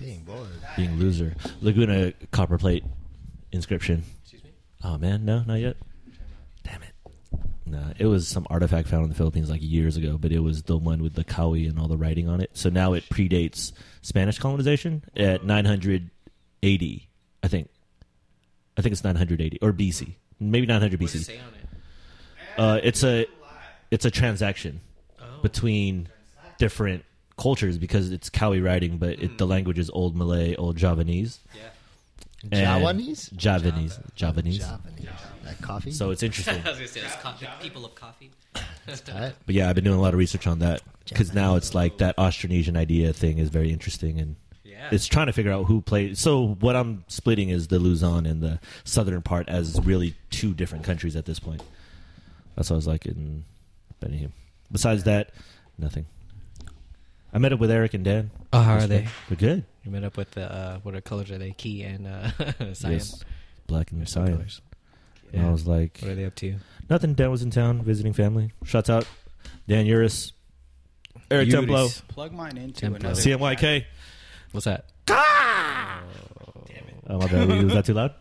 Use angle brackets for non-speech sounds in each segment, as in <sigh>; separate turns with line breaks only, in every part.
Being bored.
Being loser. Laguna copper plate inscription.
Excuse me.
Oh man, no, not yet. Damn it. No, it was some artifact found in the Philippines like years ago, but it was the one with the kawi and all the writing on it. So now it predates Spanish colonization at 980, I think. I think it's 980 or BC, maybe 900
What does it
BC.
say on it?
Uh, it's a it's a transaction
Oh.
between different cultures because it's Kawi writing, but it, the
Hmm.
language is Old Malay, Old Javanese,
yeah.
and-
Javanese?
Eh, Javanese, Javanese.
Javanese. That coffee?
So it's
<laughs>
interesting.
I was gonna say it's co- people of coffee. <laughs>
Alright.
But yeah, I've been doing a lot of research on that because now it's like that Austronesian idea thing is very interesting, and
Yeah.
it's trying to figure out who played. So what I'm splitting is the Luzon and the southern part as really two different countries at this point. That's what I was like in Benihim. Besides that, nothing. I met up with Eric and Dan.
Oh, how are
This
they?
week. They're good.
You met up with the uh, what are colors are they? Key and uh, <laughs> cyan.
Yes, black and
There's some
cyan.
colors.
And I was like,
What are they up to?
nothing. Dan was in town visiting family. Shouts out Dan Uris, Eric
Uris.
Templo,
Plug mine into
Tempo.
another.
CMYK.
What's that?
Oh my bad. Was that too loud?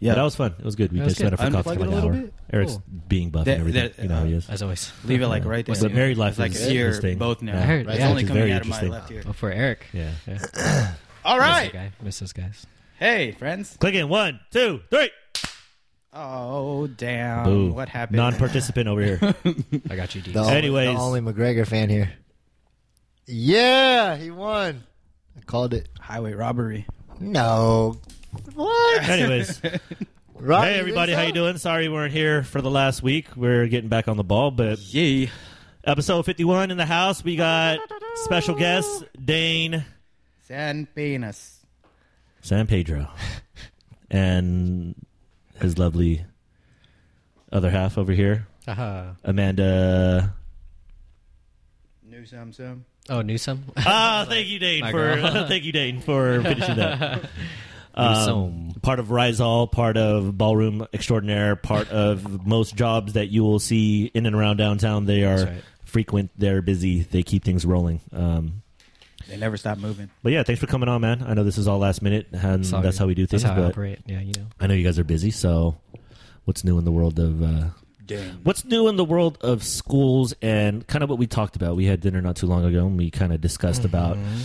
Yeah.
But that was fun. It was good. We
That was
just went
good.
up for coffee
Unplug it
for
a
an
little
hour.
bit.
Eric's
Cool.
being buff
That-
and everything.
that-
you know how he is. <laughs>
As always.
Leave
<laughs>
it like right there.
But married life
It's like
is
ear,
interesting.
both now.
Yeah.
I heard,
It's
yeah.
only
Which is
coming
very
out of my
interesting. Oh,
left ear.
Well, Oh, for Eric.
Yeah.
Yeah. Miss
All
that
right.
guy. Miss those guys.
Hey, friends.
Click in. One, two, three.
Oh, damn.
Boo.
What happened?
Non-participant over here.
I got you, D.
The only-
Anyways.
the only McGregor fan here. Yeah, he won. I called it.
Highway robbery.
No. What?
Anyways,
Rodney,
hey everybody, how you
what's up?
doing? Sorry we weren't here for the last week. We're getting back on the ball, but
Yay.
episode 51 in the house. We got special guest Dane
San Penis.
San Pedro and his lovely other half over here,
Uh-huh. <laughs>
Amanda
New some some.
Oh, Newsom. <laughs>
Ah, thank you, Dane,
my
for <laughs>
girl.
thank you, Dane, for finishing
<laughs>
that. Um,
Newsome.
part of Rizal, part of Ballroom Extraordinaire, part of most jobs that you will see in and around downtown. They are
That's right.
frequent. They're busy. They keep things rolling. Um,
They never stop moving.
but yeah, thanks for coming on, man. I know this is all last minute, and
Sorry.
Mm, that's how we do things.
That's how I
but
operate. Yeah, you know.
I know you guys are busy. So, what's new in the world of uh,
Damn.
What's new in the world of schools and kind of what we talked about? We had dinner not too long ago and we kind of discussed about
Mm-hmm.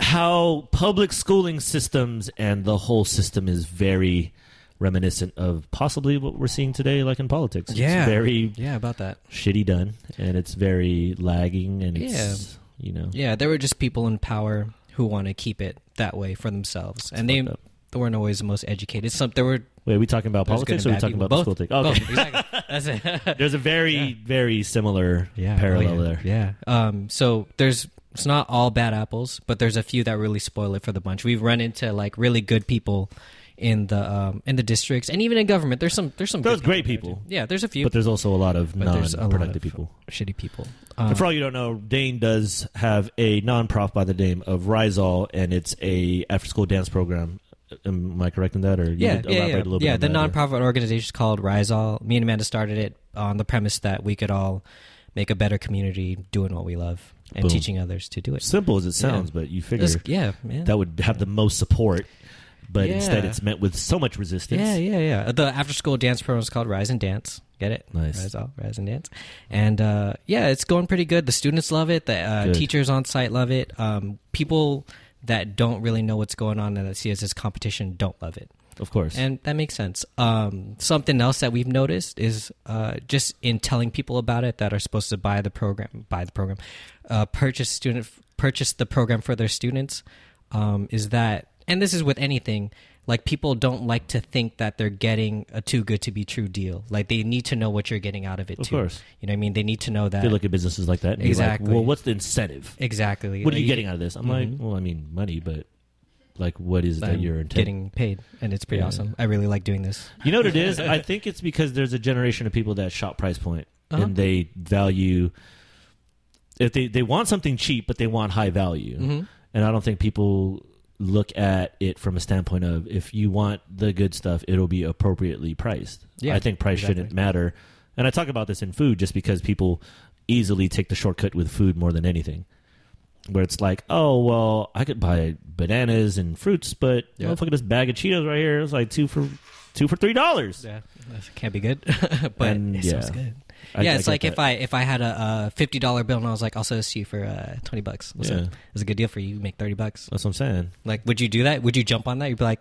how public schooling systems and the whole system is very reminiscent of possibly what we're seeing today, like in politics.
Yeah.
It's very
Yeah, about that.
shitty done and it's very lagging and it's, you know,
Yeah, there were just people in power who want to keep it that way for themselves, and they,
fucked up.
they weren't always the most educated. Some there were
wait, are we talking about
there's good
politics or are
and
we
bad
talking
people.
about the
Both.
school thing? Okay.
Both, exactly.
<laughs>
That's it.
There's a very, very similar
yeah,
parallel
oh, yeah,
there.
Yeah. Um. So there's it's not all bad apples, but there's a few that really spoil it for the bunch. We've run into like really good people in the um in the districts and even in government. There's some there's some
There's
good
great
there,
people.
too. Yeah, there's a few,
But there's also a lot of
but there's a lot
non productive
of
people.
shitty people. Um,
And for all you don't know, Dane does have a non-prof by the name of Rizal, and it's a after-school dance program. Am I correct in that, or you
yeah,
could
yeah,
elaborate a
yeah.
little
yeah
bit?
the
on that,
nonprofit organization is called Rise All. Me and Amanda started it on the premise that we could all make a better community doing what we love and
Boom.
teaching others to do
yeah.
it.
Simple as it sounds,
Yeah.
but you figure
It's- yeah, man.
that would have the most support, but
Yeah.
instead it's met with so much resistance.
yeah, yeah, yeah. The after school dance program is called Rise and Dance. Get it?
Nice.
Rise All, Rise and Dance. And uh, yeah, it's going pretty good. The students love it. The uh,
Good.
teachers on site love it. Um, people that don't really know what's going on and that see us as competition don't love it.
of course.
And that makes sense. Um, something else that we've noticed is uh, just in telling people about it that are supposed to buy the program, buy the program, uh, purchase student, purchase the program for their students, um, is that, and this is with anything, like people don't like to think that they're getting a too good to be true deal. Like they need to know what you're getting out of it
Of
too.
course.
You know what I mean? They need to know that.
they look at businesses like that and be
Exactly.
like, "Well, what's the incentive?
exactly.
What are
Like,
you getting out of this?" I'm
Mhm.
like, "Well, I mean, money, but like, what is it that
I'm
you're intending?"
getting paid, and it's pretty
Yeah.
awesome. I really like doing this.
<laughs> You know what it is? I think it's because there's a generation of people that shop price point
Uh-huh.
and they value
Mm-hmm.
Mm-hmm. if they they want something cheap but they want high value. And I don't think people look at it from a standpoint of if you want the good stuff, it'll be appropriately priced.
Yeah,
I think price
exactly.
shouldn't matter. And I talk about this in food just because people easily take the shortcut with food more than anything. Where it's like, oh well, I could buy bananas and fruits, but
Yeah.
look at this bag of Cheetos right here. It's like two for two for three dollars.
Yeah, that can't be good, <laughs> but
And,
it sounds
yeah.
good.
I-
yeah,
I
it's
get
like if
that.
I if I had a, uh fifty dollar bill and I was like, I'll sell this to you for uh, twenty bucks. What's
Yeah.
up? It's a good deal for you. You make thirty bucks.
That's what I'm saying.
Like, would you do that? Would you jump on that? You'd be like,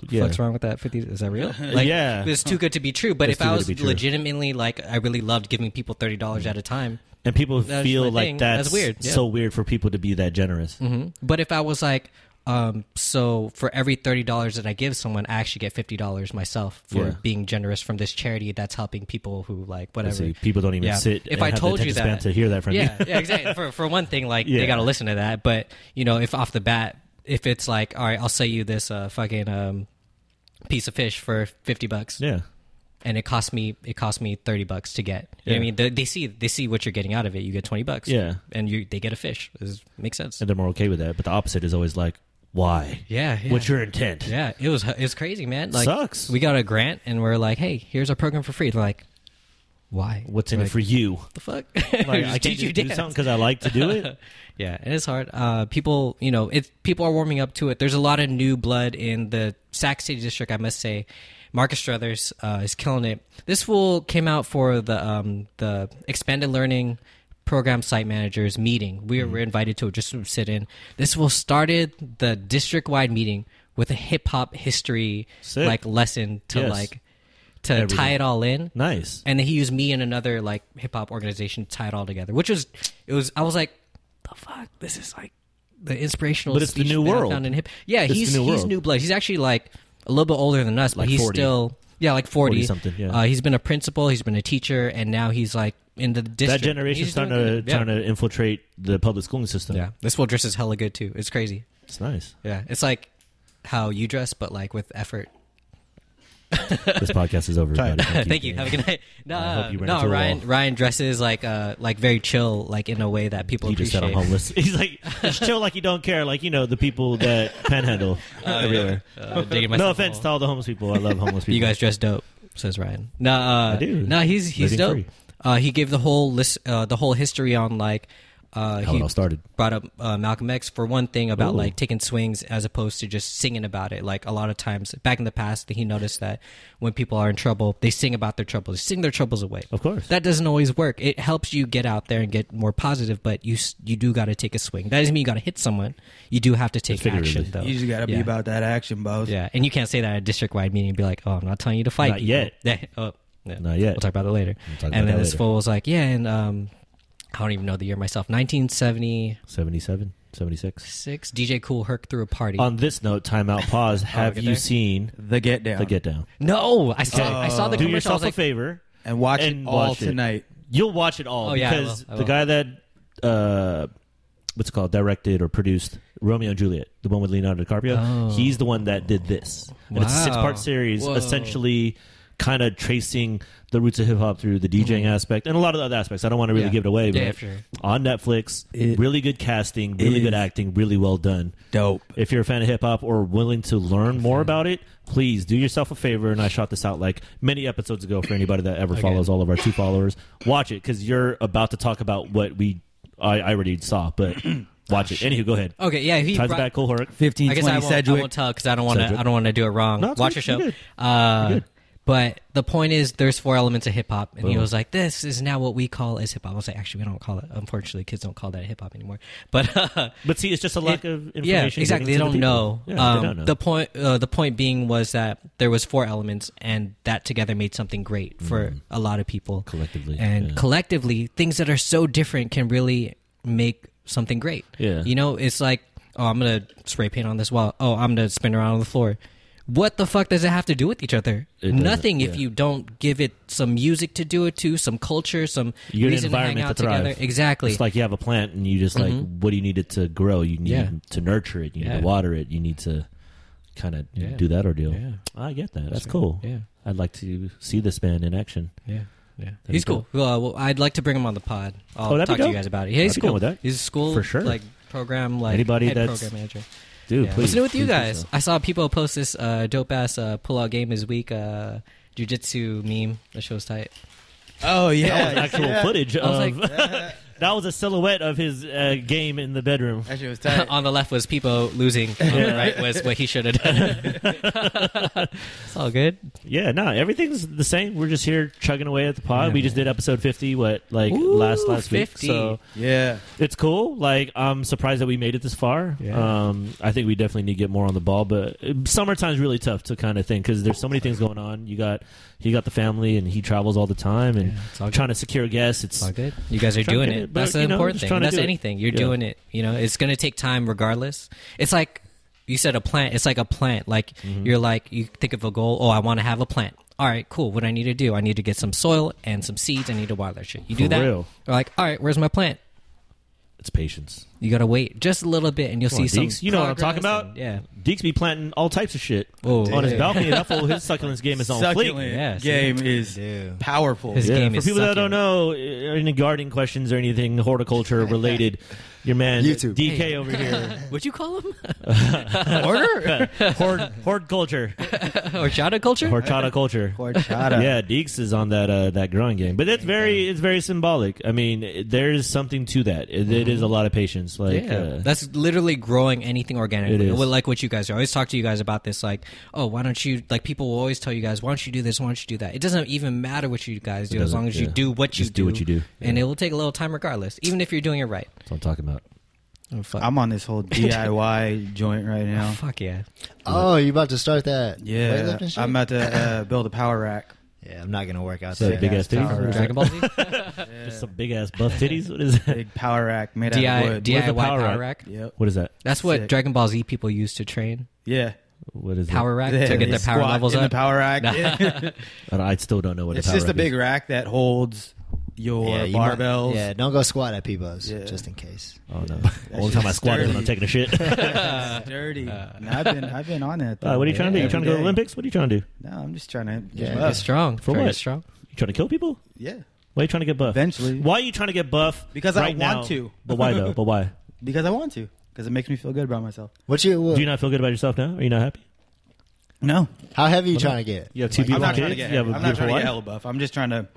"What the
Yeah.
fuck's wrong with that? Fifty? Is that real? Like,
Yeah.
it's too good to be true. But
It's too
if I
good to
was
be true.
legitimately like, I really loved giving people thirty dollars at a time.
And people
That's my
feel
thing.
like
That's
that's,
weird, yeah.
So weird for people to be that generous.
hmm But if I was like, um, so for every thirty dollars that I give someone, I actually get fifty dollars myself for
Yeah.
being generous from this charity that's helping people who like
I
whatever.
see. People don't even
Yeah.
sit.
If
and
I
have the
told you
attention span
that-
to hear that from
yeah,
you.
yeah, <laughs> exactly. For for one thing, like
Yeah.
they got to listen to that. But you know, if off the bat, if it's like, all right, I'll sell you this uh, fucking um, piece of fish for fifty
<laughs>
bucks,
yeah,
and it cost me it cost me thirty bucks to get. You know what I
Yeah.
mean, they, they see they see what you're getting out of it. You get twenty bucks,
yeah.
and you they get a fish. This makes sense.
And they're more okay with that. But the opposite is always like, why?
Yeah, yeah.
What's your intent?
yeah, it was it's crazy, man. Like
Sucks.
We got a grant, and we're like, hey, here's our program for free. They're like, why?
What's in
Like,
it for
<laughs>
you?
The fuck? <laughs>
Like,
Just
I can't
teach you
just do
dance.
something because I like to do
<laughs>
it.
yeah, and it's hard. Uh, people, you know, it people are warming up to it. There's a lot of new blood in the Sac City district, I must say. Marcus Struthers uh, is killing it. This fool came out for the um, the expanded learning program site managers meeting.
Mm-hmm.
We were invited to it just to sit in. This fool started the district wide meeting with a hip hop history
Sick.
like lesson to
Yes.
like to
Everything.
tie it all in
nice.
and then he used me and another like hip hop organization to tie it all together, which was it was I was like, the fuck, this is like the inspirational.
But it's the
speech
new
that I
world.
Found in hip. Yeah,
It's the
he's
new
he's
world.
new blood. He's actually like a little bit older than us, but
Like
he's
40.
still yeah, like forty,
40-something, yeah.
uh, he's been a principal, he's been a teacher, and now he's like in the
That
district.
generation's
He's
starting
doing
to
good.
trying to infiltrate the public schooling system.
yeah. yeah. This will dresses hella good too. It's crazy.
it's
<laughs>
nice.
Yeah, it's like how you dress, but like with effort.
This podcast is over. everybody.
<laughs> Thank you. Have a good night. No,
I hope you ran
no.
into a
Ryan
wall.
Ryan dresses like uh like very chill, like in a way that people
He just
appreciate.
said I'm homeless. <laughs> He's like, just chill like you don't care. Like you know the people
<laughs>
that panhandle everywhere.
Uh, digging
no
myself a
offense
hole.
to all the homeless people. I love homeless people.
<laughs> You guys dress dope, says Ryan. No, uh,
I do.
No, he's he's
Living
dope.
free.
Uh, he gave the whole list, uh, the whole history on like uh,
How
he
it all started.
Brought up uh, Malcolm X for one thing about
Ooh.
like taking swings as opposed to just singing about it. Like a lot of times back in the past, he noticed that when people are in trouble, they sing about their troubles, sing their troubles away.
Of course.
that doesn't always work. It helps you get out there and get more positive, but you s- you do got to take a swing. That doesn't mean you got to hit someone. You do have to take
figuratively.
action though.
You just gotta be
Yeah.
about that action, boss.
Yeah, and you can't say that at a district wide meeting and be like, "Oh, I'm not telling you to fight."
Not
people."
yet.
<laughs> Yeah. Oh, yeah.
Not yet.
We'll talk about it later.
We'll talk about
and then
that
this
later.
fool was like, "Yeah," and um, I don't even know the year myself. 1976.
77, 76.
DJ Cool Herc threw a party.
On this note, timeout
<laughs>
pause. Have
get
you
there?
seen
The get down.
the Get Down?
no, I saw. Oh. I saw the
Oh. Do
commercial. I
yourself
was
a
like,
favor.
and watch
And
it all
watch it.
tonight.
You'll watch it all
Oh, yeah, I
because
will. I
the
will.
guy that uh, what's it called directed or produced Romeo and Juliet, the one with Leonardo DiCaprio,
Oh.
he's the one that did this. And it's a
Wow.
six-part series,
Whoa.
essentially kind of tracing the roots of hip hop through the DJing aspect and a lot of the other aspects. I don't want to really
Mm-hmm. Yeah.
give it away, but
Yeah, for sure.
on Netflix,
It-
really good casting, really
it
good
is-
acting, really well done.
Dope.
If you're a fan of hip hop or willing to learn more about it, please do yourself a favor. And I shot this out like many episodes ago for anybody that ever follows all of our two followers. Watch it because you're about to talk about what we I, I already saw, but watch it. Anywho, go ahead.
Okay, yeah, he
Ties
Oh, brought-
it back, cool Herc.
Fifteen
I guess I
twenty
won't, I won't
Sedgwick.
tell because I don't want to.
Sedgwick.
I don't want to do it wrong.
No, it's
Watch
good.
your show.
You're good.
Uh,
You're good.
but the point is, there's four elements of hip hop, and he
Boom.
was like, "This is now what we call as hip hop." I was like, "Actually, we don't call it. Unfortunately, kids don't call that hip hop anymore." But uh,
But see, it's just a lack
It-
of information.
Yeah, exactly. They
getting
don't,
to the
know.
people. Yeah,
Um,
they don't know.
The point, uh, the point being was that there was four elements, and that together made something great for a lot of people
Mm-hmm. Collectively,
And
yeah.
collectively, things that are so different can really make something great.
Yeah.
you know, it's like, oh, I'm gonna spray paint on this wall. Oh, I'm gonna spin around on the floor. What the fuck does it have to do with each other?
It doesn't,
Nothing if
yeah.
you don't give it some music to do it to, some culture, some
you get an
reason to hang
environment to,
out
thrive.
together. Exactly.
It's like you have a plant and you just like, what do you need it to grow? You need
Mm-hmm. Yeah.
to nurture it. You need
Yeah.
to water it. You need to kind of
Yeah.
do that ordeal.
Yeah.
I get that. That's cool.
Yeah.
I'd like to see this man in action.
Yeah. Yeah.
That'd
he's
be dope.
cool. Uh, well, I'd like to bring him on the pod. I'll
Oh, that'd be
talk to you
dope.
guys about it. Yeah, he's
I'd be
cool.
down with that.
He's a school
For sure.
like program like
Anybody
head
that's-
program manager.
dude.
Yeah.
Please,
What's new with you
please do
guys?
so.
I saw people post this uh, dope ass uh, pull out game this week, uh, jujitsu meme. That show's tight.
Oh yeah,
That was actual footage
I was
of. <laughs> that was a silhouette of his uh, game in the bedroom.
That shit
<laughs>
was tight.
<laughs> on the left was people losing. On the right was what he should have done. <laughs> it's all good.
Yeah, no, everything's the same. We're just here chugging away at the pod. we just did episode fifty, what like
Ooh,
last last week.
50.
So
yeah,
it's cool. Like I'm surprised that we made it this far.
Yeah.
Um, I think we definitely need to get more on the ball, but uh, summertime's really tough to kind of think because there's so many things going on. You got he got the family and he travels all the time and
Yeah, it's all good.
trying to secure guests. It's
It's all good. You guys
Trying
are
to
doing
get it,
it.
but,
That's the
you know,
important
just
thing.
trying to
That's
do it.
anything. You're
Yeah.
doing it. You know, it's going to take time regardless. It's like you said a plant. It's like a plant. Like
Mm-hmm.
you're like you think of a goal. Oh, I want to have a plant. All right, cool. What I need to do? I need to get some soil and some seeds. I need to water that shit. You do
For
that.
real.
You're like, all right, where's my plant?
it's patience.
You gotta wait just a little bit, and you'll
Come on,
see some.
Deeks. You know what I'm talking
progress
about?
and- yeah.
Deeks be planting all types of shit
Oh,
on his
dude.
balcony. That fool, his succulents game is on fleek.
succulent
Yes,
game is
Dude.
powerful.
His-
Yeah,
game
for
is
people that
sucking.
don't know, uh, any gardening questions or anything horticulture related, your man
YouTube.
DK over
<laughs>
here,
Would you call him <laughs>
Order
hord, hord culture,
or shadow culture?
horchata culture.
horchata.
Yeah, Deeks is on that uh, that growing game, but it's very it's very symbolic. I mean, it- there is something to that. It, it is a lot of patience. Like,
yeah,
uh,
that's literally growing anything organically.
It is.
Well, like what you guys are. I always talk to you guys about this. Like, oh, why don't you? Like, people will always tell you guys, why don't you do this? Why don't you do that? It doesn't even matter what you guys do, as
doesn't,
long as you
yeah.
do what you
Just do what you do.
and
Yeah.
it will take a little time regardless, even if you're doing it right.
that's what I'm talking about.
Oh, fuck.
I'm on this whole DIY joint right now.
Fuck yeah!
Oh, you about to start that?
Yeah,
weightlifting shit?
I'm about to uh, build a power rack.
yeah, I'm not gonna work out
So
there.
big ass titties,
All
What is
Dragon
that?
Ball
<laughs>
Z
just some big ass buff titties. What is that?
Big power rack made out of
DI,
wood.
DIY
power
power,
rack?
rack.
Yep.
What is that?
That's what
Sick.
Dragon Ball Z people use to train
Yeah.
What is
power rack
They-
to get
they
their power
squat
levels
in
up.
the power rack.
That? And I still don't know what
it's
a power
just a
rack
big
Is.
rack that holds your
Yeah, you might-
barbells.
yeah, <laughs> don't go squat at Peebo's
Yeah.
just in case.
Oh no! Only time I
shit's
squat is when
dirty.
I'm taking a shit.
<laughs> It's dirty. No, I've been I've been on it.
Uh, what are you trying to do? You trying to
every
go to
day.
the Olympics? What are you trying to do?
No, I'm just trying to.
Yeah.
Yeah.
Get strong
For
Try to
what?
get Strong.
You trying to kill people?
yeah.
Why are you trying to get buff?
Eventually.
Why are you trying to get buff?
Because I
right
want
now?
to.
But why though? But why?
Because I want to. Because it makes me feel good about myself.
What you? What,
Do you not feel good about yourself now? Are you not happy?
No,
how heavy you trying to get?
You have two
I'm
beautiful
not trying
kids.
to get.
you have
I'm
a
not
beautiful
trying to
wife.
get hella buff. I'm just trying to.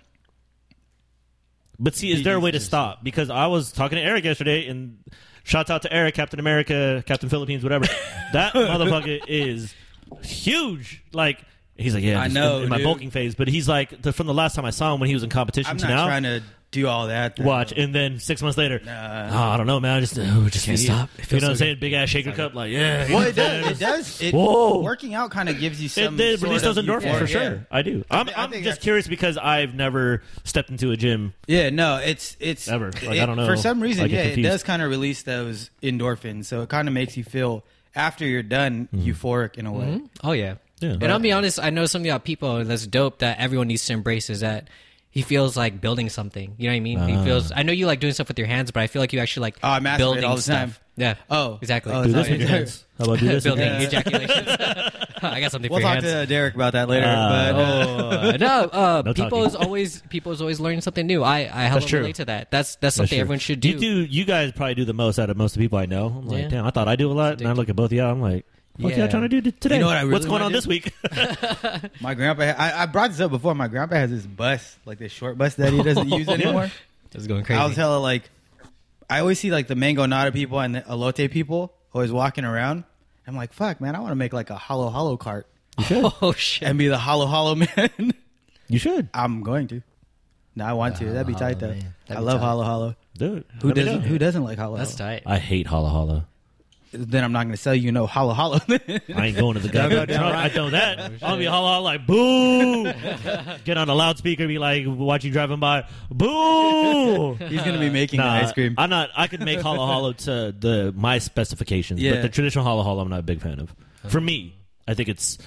But see, is there a way to stop? Because I was talking to Eric yesterday, and shouts out to Eric, Captain America, Captain Philippines,
<laughs>
whatever. that motherfucker is huge. Like he's like, yeah,
I
just
know,
in, in my
dude.
bulking phase. But he's like the, from the last time I saw him when he was in competition
I'm
to
not
now.
trying to do all that. though.
Watch, and then six months later,
Nah.
oh, I don't know, man. I just, oh, just
Can't
need-
stop. It
You know
feels
what I'm
so
saying? Big ass shaker cup, like yeah.
Well, it does. It does. It,
Whoa.
Working out kind of gives you some.
It did
sort
release
of
those endorphins
euphoria.
for sure. I do. I'm,
thi- I
I'm
think
just
that's-
curious because I've never stepped into a gym.
Yeah. Yeah, no, it's it's
Ever. Like, I
it-
don't know.
For some reason,
I get
yeah, it
confused.
does kind of release those endorphins, so it kind of makes you feel after you're done
Hmm.
euphoric in a way.
Mm-hmm.
Oh yeah.
Yeah.
And I'll be honest, I know something about people that's dope that everyone needs to embrace is that he feels like building something. You know what I mean?
Ah.
he feels I know you like doing stuff with your hands, but I feel like you actually like
Oh, I masturbate
building
all the
stuff.
time.
Yeah.
Oh.
Exactly.
Oh,
Do
Do
this
this
with your hands. How
<laughs>
about do
<laughs>
this?
building
Yeah.
ejaculations. <laughs> I got something for
We'll
your
talk
hands.
to Derek about that later.
Uh,
but uh,
Uh, no, uh,
No
people
talking.
is always people is always learning something new. I I help
true.
relate to that. That's that's something
Sure.
everyone should do.
You do. You guys probably do the most out of most of the people I know. I'm like,
Yeah.
damn, I thought I do a lot, and I look at both of y'all. I'm like, what y'all
Yeah.
trying to do t- today?
You know what I really
What's going
wanna
on
do?
this week?
<laughs>
<laughs>
my grandpa, I, I brought this up before. My grandpa has this bus, like this short bus that
<laughs>
he doesn't use anymore.
It's going crazy.
I was hella like, I always see like the mango nata people and the elote people always walking around. I'm like, fuck, man, I want to make like a hollow hollow cart
<laughs> oh shit.
and be the hollow hollow <laughs> man.
you should
I'm going to. No, I want to. That'd be
Hollow
tight though.
Hollow, man.
I
That'd be
love
tight.
hollow hollow.
do it.
Who
Let me
doesn't?
know.
Who doesn't like hollow?
That's
hollow?
tight.
I hate holla holla.
Then I'm not going to sell you no hollow hollow. <laughs>
I ain't going to the goddamn
down
trunk. I
right. Oh,
know that. I'll be holla holla like boo. <laughs> Get on a loudspeaker, be like, watch you driving by,
<laughs>
boo.
He's going to be making
Nah,
an ice cream.
I'm not. I could make hollow hollow to the my specifications, but
Yeah.
the traditional hollow hollow, I'm not a big fan of. For me, I think it's.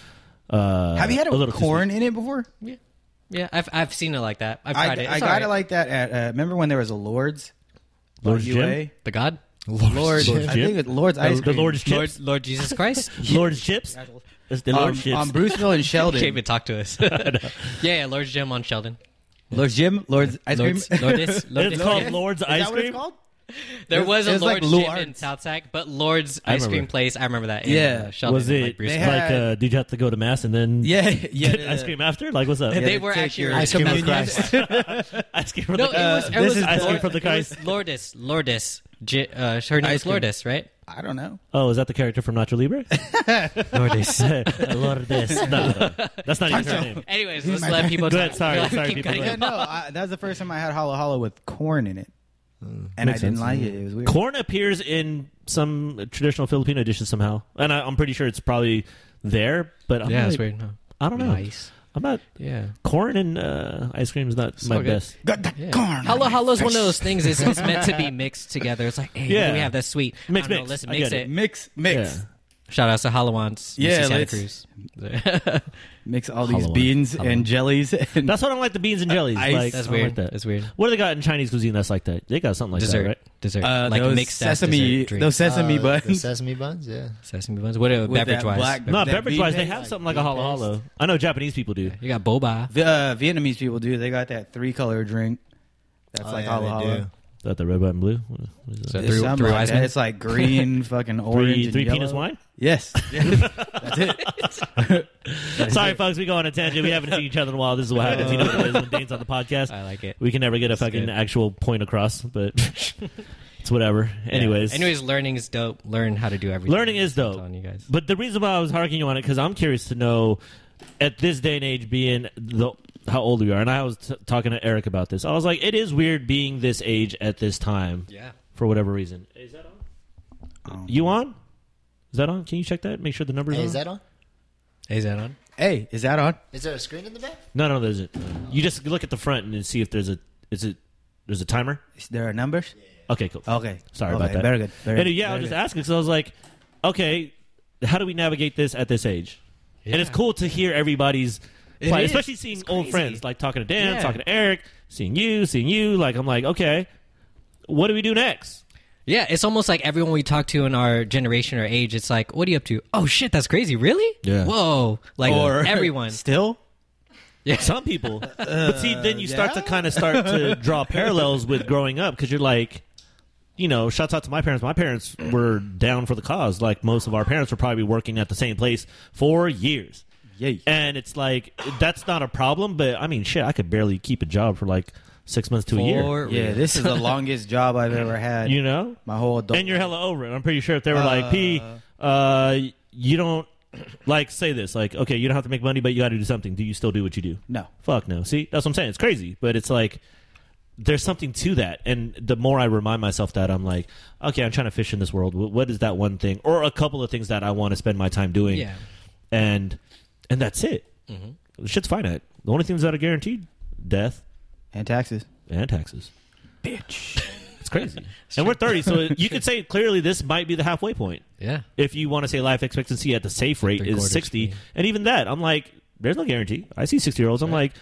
Uh,
Have you had a,
little too
corn in it before?
Yeah. Yeah, I've I've seen it like that. I've
I,
tried it. It's
I got
alright.
it like that at. Uh, remember when there was a Lords? by
Lord's Gym?
UA?
the God,
Lord's,
Gym.
I
Gym?
think it's Lord's
sweet.
ice
the
cream.
Lord's
Lord
chips.
Lord Jesus Christ.
<laughs> Lord's chips. It's the
on,
Lord's chips.
Um, on Bruceville and
Came and
Sheldon.
talk to us. yeah, <laughs> yeah, Lord's Gym on Sheldon.
Lord's Gym, Lord's ice
Lord's,
cream.
Lordis,
it's
Lordis.
called Lord's
<laughs> Is
ice
that what it's
cream.
called?
There
It-
was a
it was like
Lord's
Lou
gym in
Arts.
South Sac, but Lord's
I
ice cream
remember.
place. I remember that. in,
Yeah.
uh, Sheldon
was
and,
it
like,
like, <laughs>
Brewster.
They had-
uh, did you have to go to mass and then
Yeah, yeah.
<laughs> get ice cream after? Like what's up?
They
they
were
take
actually
your-
Ice cream
that's
of
why-
Christ.
<laughs> ice cream from
No,
the
it was, it
this
was
is
ice cream
Lord-
from the
it was
Christ.
Lourdes, Lourdes. J- uh, her name
Ice
was
cream.
Lourdes, right?
I don't know.
Oh, is that the character from Nacho
<laughs>
Libre?
Lourdes.
Lourdes. No, no, that's not even her name.
<laughs> Anyways,
He's
let's
my
let
bad.
people.
Go ahead,
talk.
sorry,
Like,
sorry,
<laughs> keep
people,
cutting
go
Yeah,
ahead.
it
no, I, that was the first time I had hollow hollow with corn in it, and I
Mm, Makes
didn't
sense.
like it. It was weird.
Corn appears in some traditional Filipino dishes somehow, and I, I'm pretty sure it's probably there. But I'm
Yeah, it's
really-
weird. No.
I don't know.
Nice.
I'm not
Yeah.
corn and uh, ice cream is not
So
my
good.
best.
Got the
Yeah.
corn.
Hello,
on my
hello is one of
face.
those things. It's, it's meant to be mixed together. It's like, hey, what
Yeah.
do we have that sweet. I
Mix,
don't know,
mix.
Let's
I
mix
get it.
it.
Mix, mix,
Yeah.
Shout out to Halawans,
Yeah,
yeah, Santa
let's-
Cruz.
mix all these
Hallowan.
beans
Hallowan.
and jellies. <laughs> And
That's what I don't like the beans and jellies.
ice.
Like,
Uh, That's
I don't
weird.
Like that.
That's weird.
What do they got in Chinese cuisine that's like that? They got something like
dessert,
that, right?
dessert,
uh,
like
those
mixed
sesame,
dessert drink.
those <laughs> sesame
Uh, the
buns.
sesame buns, yeah.
sesame buns. What uh,
With that
beverage wise?
black-
No,
That
beverage wise, they
bean
have
paste?
something like a
Bean
hollow
paste?
hollow. I know Japanese people do.
you got boba.
<laughs> The <laughs> uh, Vietnamese people do. They got that three color drink. That's
Oh,
like
yeah,
hollow
they
hollow.
do.
Is that the red, white, and blue? What is that?
So
It's
three-
something
three
like
wise
that.
men?
It's like
<laughs>
green, fucking orange,
Three,
and
three penis
yellow.
wine. <laughs>
Yes, that's it.
Sorry, folks, we go on a tangent. We haven't seen each other in a while. This is what happens. You know what it is when Dane's on the podcast.
I like it.
We can never get a fucking
good.
actual point across, but it's whatever. <laughs> Anyways,
anyways, learning is dope. Learn how to do everything.
learning is
I'm
dope.
telling you guys.
But the reason why I was harking you on it because I'm curious to know at this day and age, being the how old we are, and I was t- talking to Eric about this. I was like, it is weird being this age at this time
yeah.
for whatever reason. Is that on?
Um,
you on? Is that on? Can you check that? Make sure the numbers.
Hey,
on?
is that on?
Hey, is that on?
Hey, is that on?
Is there a screen in the back?
No, no, there's isn't. You just look at the front and then see if there's a is it there's a timer.
Is there are numbers?
Okay, cool.
Okay,
Sorry
Okay,
about that.
Very good. Very
Anyway, yeah, I
very
was just
good.
asking because I was like, okay, how do we navigate this at this age? And it's
Yeah.
cool to hear everybody's
It
plight,
is.
especially seeing
It's
old
crazy.
friends like talking to Dan,
Yeah.
talking to Eric, seeing you, seeing you. Like I'm like, okay, what do we do next?
Yeah, it's almost like everyone we talk to in our generation or age. It's like, what are you up to? Oh shit, that's crazy. Really?
Yeah.
Whoa. Like
Or
everyone.
<laughs> still.
Some
<laughs>
people, but see, then you start
Uh,
to
yeah.
kind of start to draw parallels with growing up because you're like. You know, shouts out to my parents. My parents were down for the cause. Like most of our parents were probably working at the same place for years.
Yay.
And it's like that's not a problem, but I mean, shit, I could barely keep a job for like six months to a year.
For
Yeah,
real. <laughs>
this <laughs> is the longest job I've ever had.
You know,
my whole adult.
and you're hella over it. I'm pretty sure if they were like, "P, uh, you don't like say this, like, okay, you don't have to make money, but you got to do something. Do you still do what you do?
No.
Fuck no. See, that's what I'm saying. It's crazy, but it's like there's something to that. And the more I remind myself that, I'm like, okay, I'm trying to fish in this world. Wh- What is that one thing or a couple of things that I want to spend my time doing?
Yeah.
and and that's it. The shit's finite. The only things that are guaranteed: death
and taxes.
and taxes.
Bitch.
It's crazy. and we're 30, so you could say clearly this might be the halfway point.
Yeah.
If you want to say life expectancy at the safe rate
Three
is
quarters,
60,
yeah.
and even that, I'm like, there's no guarantee. I see 60 year olds. I'm like,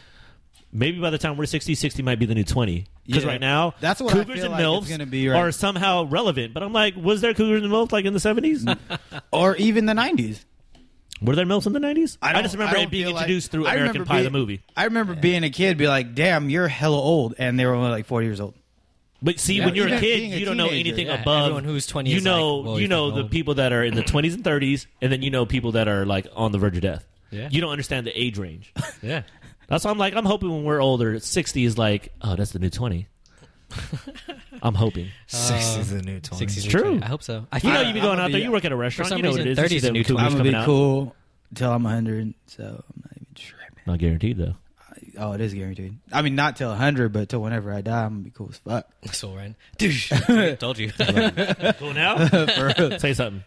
maybe by the time we're 60, 60 might be the new 20. Because
Yeah.
right now,
That's what I
cougars
feel
and
like it's
milfs
gonna be right-
are somehow relevant. But I'm like, was there cougars and milfs like in the
Mm.
70s?
<laughs> or even the nineties.
Were there milfs in the 90s? I, just remember
I
it being
feel like-
introduced through
I remember
American Pie, the
being-
movie.
I remember being a kid, be like, "Damn, you're hella old," and they were only like forty years old.
But see,
Yeah,
when you're a
even
kid,
being a
you don't know
teenager,
anything
yeah,
above.
everyone who's 20
you
is
know,
like, "Whoa,
you
he's
know the
old."
people that are in the 20s and 30s, and then you know people that are like on the verge of death.
Yeah.
You don't understand the age range.
Yeah.
That's why I'm like, I'm hoping when we're older, 60 is like, oh, that's the new
<laughs>
20. I'm hoping.
Uh, Six is the new 20.
60s.
true.
I hope so. I
You
feel
know,
like
you be
I'm
going
gonna
out
be-
there, you work at a
for
restaurant,
some
you know what
reason,
it is.
30s
you see
a
them
new
cougars
I'm gonna
coming
be
out.
cool till I'm hundred, so I'm not even sure. Man.
Not guaranteed, though.
Oh, it is guaranteed. I mean, not till hundred, but till whenever I die, I'm gonna be cool as <laughs> fuck.
So Ryan, <laughs> Douche. told <laughs> you.
cool
<laughs>
now? <laughs> Say something.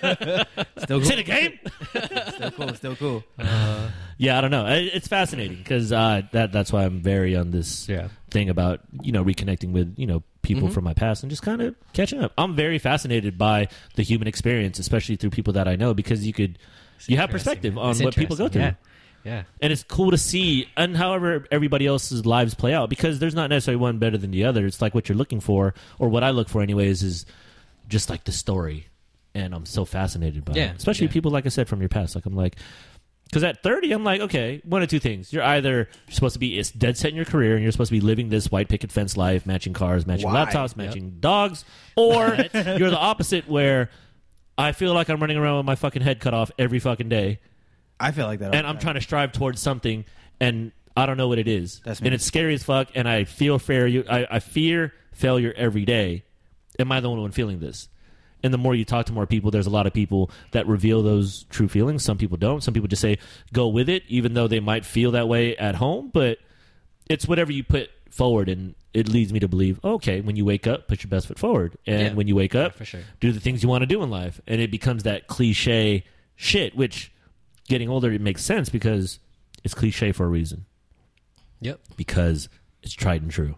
Still
Is
cool.
it a game?
<laughs> still cool. Still cool.
Yeah, I don't know. It- It's fascinating because uh, that that's why I'm very on this
Yeah. Mm-hmm.
thing about you know reconnecting with you know people from my past and just kind of catching up. I'm very fascinated by the human experience, especially through people that I know, because you could you have perspective on
It's
what people go through.
interesting. Yeah. Yeah.
And it's cool to see, and however everybody else's lives play out, because there's not necessarily one better than the other. It's like what you're looking for, or what I look for, anyways, is just like the story. And I'm so fascinated by
Yeah,
it. Especially
yeah.
people, like I said, from your past. Like, I'm like, Because at 30, I'm like, okay, one of two things. You're either supposed to be it's dead set in your career and you're supposed to be living this white picket fence life, matching cars, matching
Why?
laptops, matching dogs,
<laughs>
or you're the opposite where I feel like I'm running around with my fucking head cut off every fucking day
I feel like that. all
and
the
I'm
time.
trying to strive towards something and I don't know what it is.
That's me.
and it's scary as fuck and I feel fair you I, I fear failure every day. Am I the only one feeling this? And the more you talk to more people, there's a lot of people that reveal those true feelings. Some people don't. Some people just say go with it, even though they might feel that way at home, but it's whatever you put forward and it leads me to believe okay when you wake up put your best foot forward and
Yeah.
when you wake up
for sure.
do the things you want to do in life and it becomes that cliche shit which getting older it makes sense because it's cliche for a reason
Yep.
because it's tried and true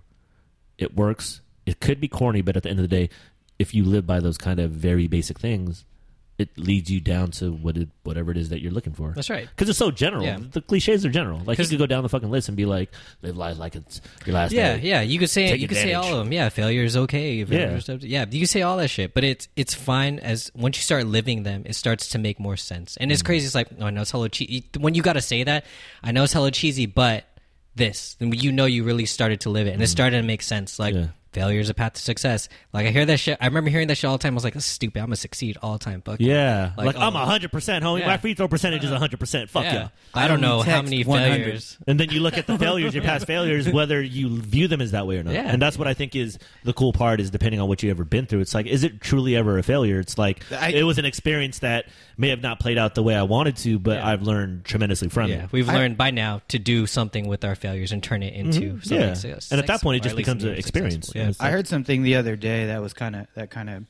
it works it could be corny but at the end of the day if you live by those kind of very basic things it leads you down to what it, whatever it is that you're looking for
That's right.
because it's so general.
Yeah.
The cliches are general. Like you
'Cause-
could go down the fucking list and be like, "Live life like it's your last
Yeah,
day."
yeah. You could say
Take
you could say all
advantage.
of them. Yeah, failure is okay. failure is- yeah. You could say all that shit, but it's it's fine as once you start living them, it starts to make more sense. And
Mm.
it's crazy. It's like oh, I know it's hello cheesy. When you got to say that, I know it's hello cheesy, but this, then you know, you really started to live it, and it started to make sense. Like.
Mm. Yeah.
Failure is a path to success. Like I hear that shit. I remember hearing that shit all the time. I was like, "That's stupid. I'm gonna succeed all the time." Fuck you."
Yeah,
Like,
like, I'm
oh.
I'm hundred percent, homie.
Yeah.
My free throw percentage is hundred percent. Fuck yeah.
I don't
I
know
only
how
text
many
100.
failures.
And then you look at the failures, your
<laughs>
past failures, whether you view them as that way or not.
Yeah.
And that's what I think is the cool part is depending on what you've ever been through. It's like, is it truly ever a failure? It's like,
I-
it was an experience that may have not played out the way I wanted to, but
Yeah.
I've learned tremendously from
Yeah,
it.
we've
I-
learned by now to do something with our failures and turn it into
Mhm.
something.
Yeah.
success-
And at that point, it
or
just
at least
becomes an
successful.
experience.
Yeah.
And it's
I heard something the other day that was kind of that kind of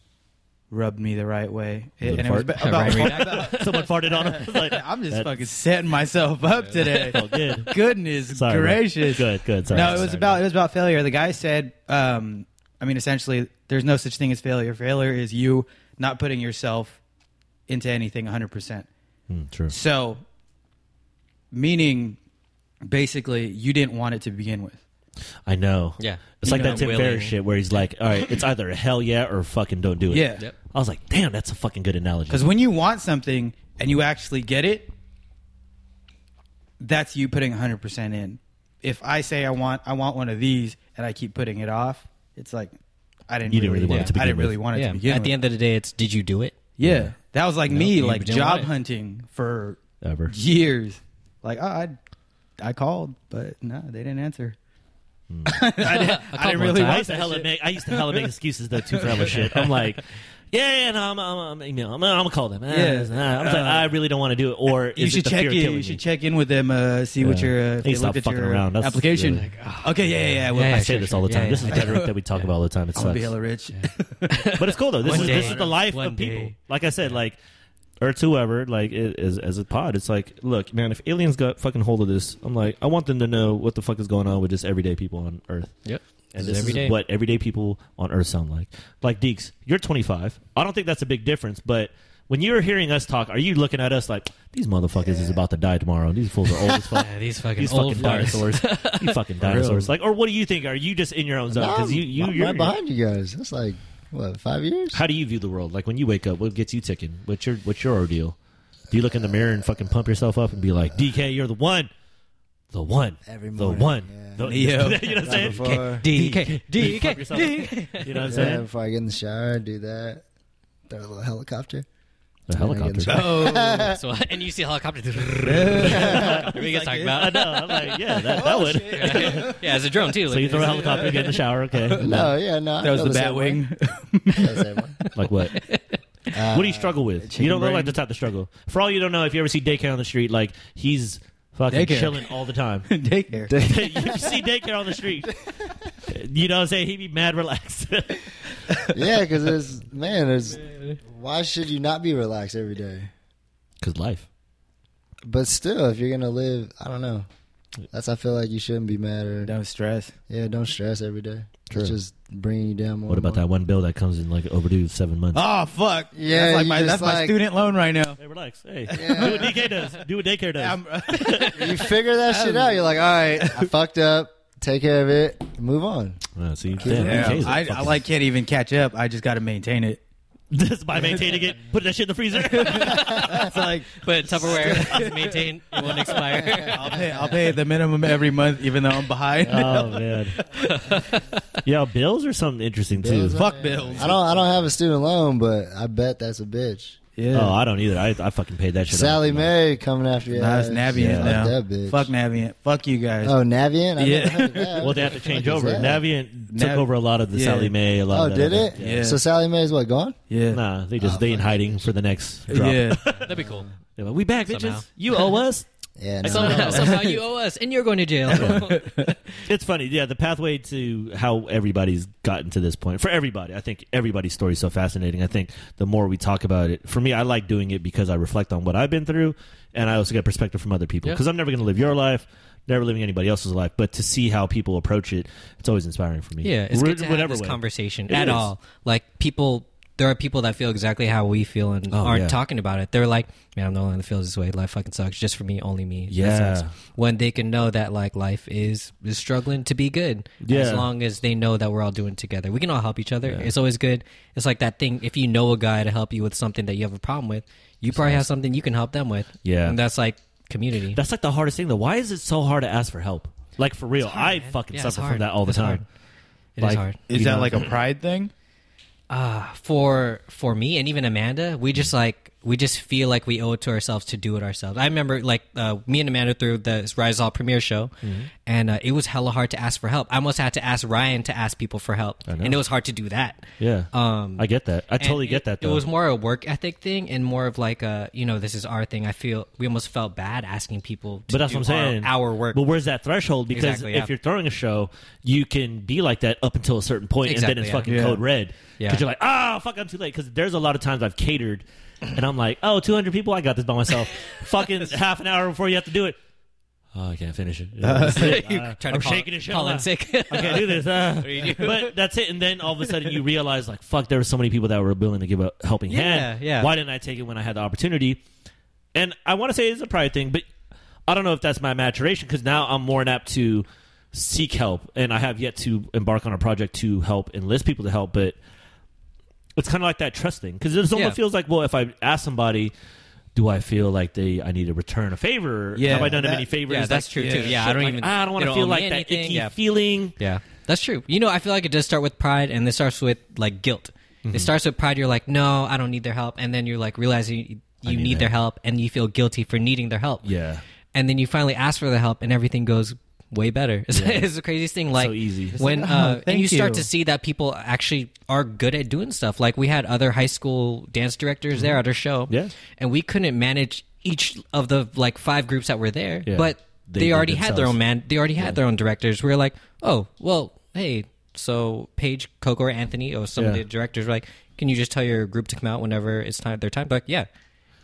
rubbed me the right way,
Was it
It-
a
and it was
fart? <laughs>
about.
Right, right.
about-
Someone farted on
<laughs>
him. Like,
I'm just
that
fucking setting myself
<laughs>
up today.
<laughs>
felt good.
Goodness
Sorry, bro.
gracious!
Good, good. Sorry.
no, it was
Sorry,
about
bro.
it was about failure. The guy said, um, I mean, essentially, there's no such thing as failure. Failure is you not putting yourself into anything 100. percent
Mm, true.
So, meaning, basically, you didn't want it to begin with.
I know.
Yeah.
It's
You
like
know,
that Tim
willing.
Ferriss shit where he's like, all right, it's either a hell yeah or fucking don't do it.
Yeah.
Yep.
I was like, damn, that's a fucking good analogy.
Because when you want something and you actually get it, that's you putting 100% in. If I say I want I want one of these and I keep putting it off, it's like I didn't
You didn't really want it to
I
begin
didn't
with.
really want it
Yeah.
to begin
At the
with.
end of the day, it's did you do it?
yeah. That was like me
you
like
didn't
job
want it.
hunting for
Ever.
years. Like oh, I I called, but no, they didn't answer. I didn't, I
one
didn't really
<laughs> I
time.
want
used to
that
hella
shit.
make I used to hella make excuses though too for hella shit. I'm
<laughs>
like, yeah, yeah, no, I'm, I'm, I'm, you know, I'm, I'm gonna call them.
Yeah. Uh,
Yeah. I'm like, I really don't want to do it. Or is
you
it
should
the
check
fear
in.
killing
You should check in with them. Uh, see what
Yeah.
your
They
uh, if they
stop
looked at
fucking
your
around. That's
application.
really- oh,
okay, yeah, yeah, yeah. Well,
I
Yeah,
I
say
sure,
this
sure.
all the
Yeah,
time.
yeah.
This is rhetoric that we talk about all the time. It
I'm gonna
sucks,
be hella rich. <laughs>
but it's cool though. This
One
is
day.
this is the life
One
of people.
day.
Like I said, like or it's whoever, like it, as as a pod, it's like, look, man, if aliens got fucking hold of this, I'm like, I want them to know what the fuck is going on with just everyday people on Earth.
Yep.
And
This
this
is
is
everyday.
what everyday people on Earth sound like. Like Deeks, you're 25. I don't think that's a big difference, but when you're hearing us talk, are you looking at us like these motherfuckers is about to die tomorrow? These fools are old as
<laughs>
fuck.
Yeah, these fucking
These
old
fucking
farts. <laughs>
dinosaurs. you fucking dinosaurs. Like, or what do you think? Are you just in your own zone?
No,
Because you, you,
I'm
you're
right behind you guys. That's like what five years.
How do you view the world? Like when you wake up, what gets you ticking? What's your what's your ordeal? Do you look in the mirror and fucking pump yourself up and be like, DK, you're the one, the one,
Every
the
morning,
one,
yeah.
the, <laughs>
Neo.
you know what I'm saying?
Before,
Uh, DK,
Fuck
DK,
yourself.
<laughs>
You know what
yeah,
I'm saying?
before I get in the shower, I do that. Throw a little
<laughs>
helicopter.
The helicopter.
Yeah,
Oh, <laughs> So, and you see a helicopter. <laughs> Everybody gets talking
I
about.
know. I'm like, yeah, that,
Oh,
that would.
<laughs> Yeah, as a drone too.
So you throw a
<laughs>
helicopter, you get in the shower, okay?
<laughs> No, yeah, no. I
That was
feel
the
same
bat
way.
wing.
I feel the same way.
<laughs> Like what?
Uh,
What do you struggle with?
chicken
You don't look
brain.
like the type to struggle. For all you don't know, if you ever see daycare on the street, like he's fucking
Daycare.
chilling all the time. <laughs>
<laughs> Daycare.
you see daycare on
<laughs>
the street. You know what I'm saying? He'd be mad relaxed. <laughs>
yeah, because it's man, it's why should you not be relaxed every day?
Because life.
But still, if you're gonna live, I don't know. That's I feel like you shouldn't be mad or
Don't stress.
yeah, don't stress every day.
True.
It's just bringing you down more.
What
and
about
more.
that one bill that comes in like overdue seven months?
Oh fuck!
Yeah,
that's like
you
my
just
that's my
like-
student loan right now.
Hey, relax. Hey,
Yeah.
do what DK does. Do what daycare does.
<laughs> I'm-
You figure that shit out. You're like, all right, I fucked up. Take care of it. Move on.
Wow, see, damn,
yeah,
DK's a
I, I
fucking-
like can't even catch up. I just got to maintain it.
<laughs> Just by maintaining it, put that shit in the freezer.
It's like
But in Tupperware is maintained; it won't <laughs> expire.
<laughs> I'll pay. I'll pay the minimum every month, even though I'm behind.
<laughs> oh <laughs> man, yeah, bills are something interesting
Bills
too.
are-
<laughs> Fuck bills.
I don't. I don't have a student loan, but I bet that's a bitch.
Yeah.
Oh, I don't either. I, I fucking paid that shit.
Sally
off.
Mae coming after you.
Nah, it's Navient
Yeah.
now.
Like that bitch.
Fuck Navient. Fuck you guys.
Oh, Navient. I
Yeah.
never heard of that.
Well, they have to
What
change
the
over.
fuck is that?
Navient
Nav-
took over a lot of the
Yeah.
Sally Mae. A lot
Oh,
of that
did
other-
it? Oh,
Yeah.
Yeah.
So Sally Mae's what gone?
yeah.
Nah, they just they in hiding for the next drop.
Yeah.
That'd be cool.
They're like, we back, bitches.
Somehow.
You owe us.
Yeah. no.
<laughs>
Somehow, somehow you owe us, and you're going to jail.
It's funny, yeah. The pathway to how everybody's gotten to this point for everybody. I think everybody's story is so fascinating. I think the more we talk about it, for me, I like doing it because I reflect on what I've been through, and I also get perspective from other people.
Yeah.
Because I'm never going to live your life, never living anybody else's life, but to see how people approach it, it's always inspiring for me.
<laughs> yeah, it's
Wh-
good to have this conversation
It
at
is.
all. Like people, there are people that feel exactly how we feel and
Oh,
aren't
yeah.
talking about it. They're like, "Man, I'm the only one that feels this way. Life fucking sucks. Just for me, only me. That
Yeah.
sucks." When they can know that like life is is struggling to be good. As
Yeah.
long as they know that we're all doing it together, we can all help each other.
Yeah.
It's always good. It's like that thing. If you know a guy to help you with something that you have a problem with, you probably have something you can help them with.
Yeah.
and that's like community.
That's like the hardest thing, though. Why is it so hard to ask for help? Like for real,
hard,
I
man.
fucking
Yeah, it's
suffer
hard.
from that all the
It's hard.
time.
It is
Like-
hard.
Is
You
that
know.
like a pride thing?
uh for for me and even amanda we just like we just feel like we owe it to ourselves to do it ourselves i remember like uh, me and amanda threw the rise all premiere show
Mm-hmm.
and uh, it was hella hard to ask for help i almost had to ask ryan to ask people for help
I know.
and it was hard to do that
Yeah,
um
I get that. I
and
totally
it-
get that. Though
It was more a work ethic thing and more of like a you know this is our thing. I feel we almost felt bad asking people. To
But that's
do
what I'm saying.
Our, our work.
But where's that threshold? Because
Exactly, yeah.
if you're throwing a show, you can be like that up until a certain point, and
Exactly,
then it's
yeah.
fucking
Yeah.
code red.
Yeah.
Because you're like, oh, fuck, I'm too late. Because there's a lot of times I've catered, and I'm like, oh, 200 people, I got this by
<laughs>
myself. fucking half an hour before you have to do it. Oh, I can't
<laughs>
finish it.
<laughs>
<laughs>
You
Uh,
try to
I'm
call-
shaking and shit.
call
<laughs> I'm
in
like,
sick.
I can't do this.
<laughs>
Uh. But that's it. And then all of a sudden you realize, like, fuck, there were so many people that were willing to give a helping
Yeah,
hand.
yeah.
Why didn't I take it when I had the opportunity? And I want to say it's a pride thing, but I don't know if that's my maturation because now I'm more apt to seek help, and I have yet to embark on a project to help enlist people to help. But it's kind of like that trust thing because it almost
Yeah.
feels like, well, if I ask somebody. Do I feel like they? I need to return a favor.
Yeah,
have I done them
that-
any favors?
yeah,
Like,
that's true
yeah,
too. Yeah, I
shit,
don't
like, "Ah,
even.
I don't want
they
to feel
owe
like
me
that
anything.
icky
Yeah.
feeling.
Yeah, that's true. You know, I feel like it does start with pride, and it starts with like guilt.
Mm-hmm.
It starts with pride. You're like, no, I don't need their help, and then you're like realizing you, you
need
need
it.
their help, and you feel guilty for needing their help.
Yeah.
and then you finally ask for the help, and everything goes way better. <laughs> It's, it's the craziest thing. Like
easy. It's
when
like, oh,
uh, and
thank
you start
you.
to see that people actually are good at doing stuff. Like we had other high school dance directors there at our show.
Mm-hmm. Yeah.
and we couldn't manage each of the like five groups that were there,
Yeah.
but. They,
They did
already had their
themselves.
own man they already had their own directors. We were like, oh, well, hey, so Paige, Coco, or Anthony, or some of
Yeah.
the directors were like, can you just tell your group to come out whenever it's time their time? Like, yeah.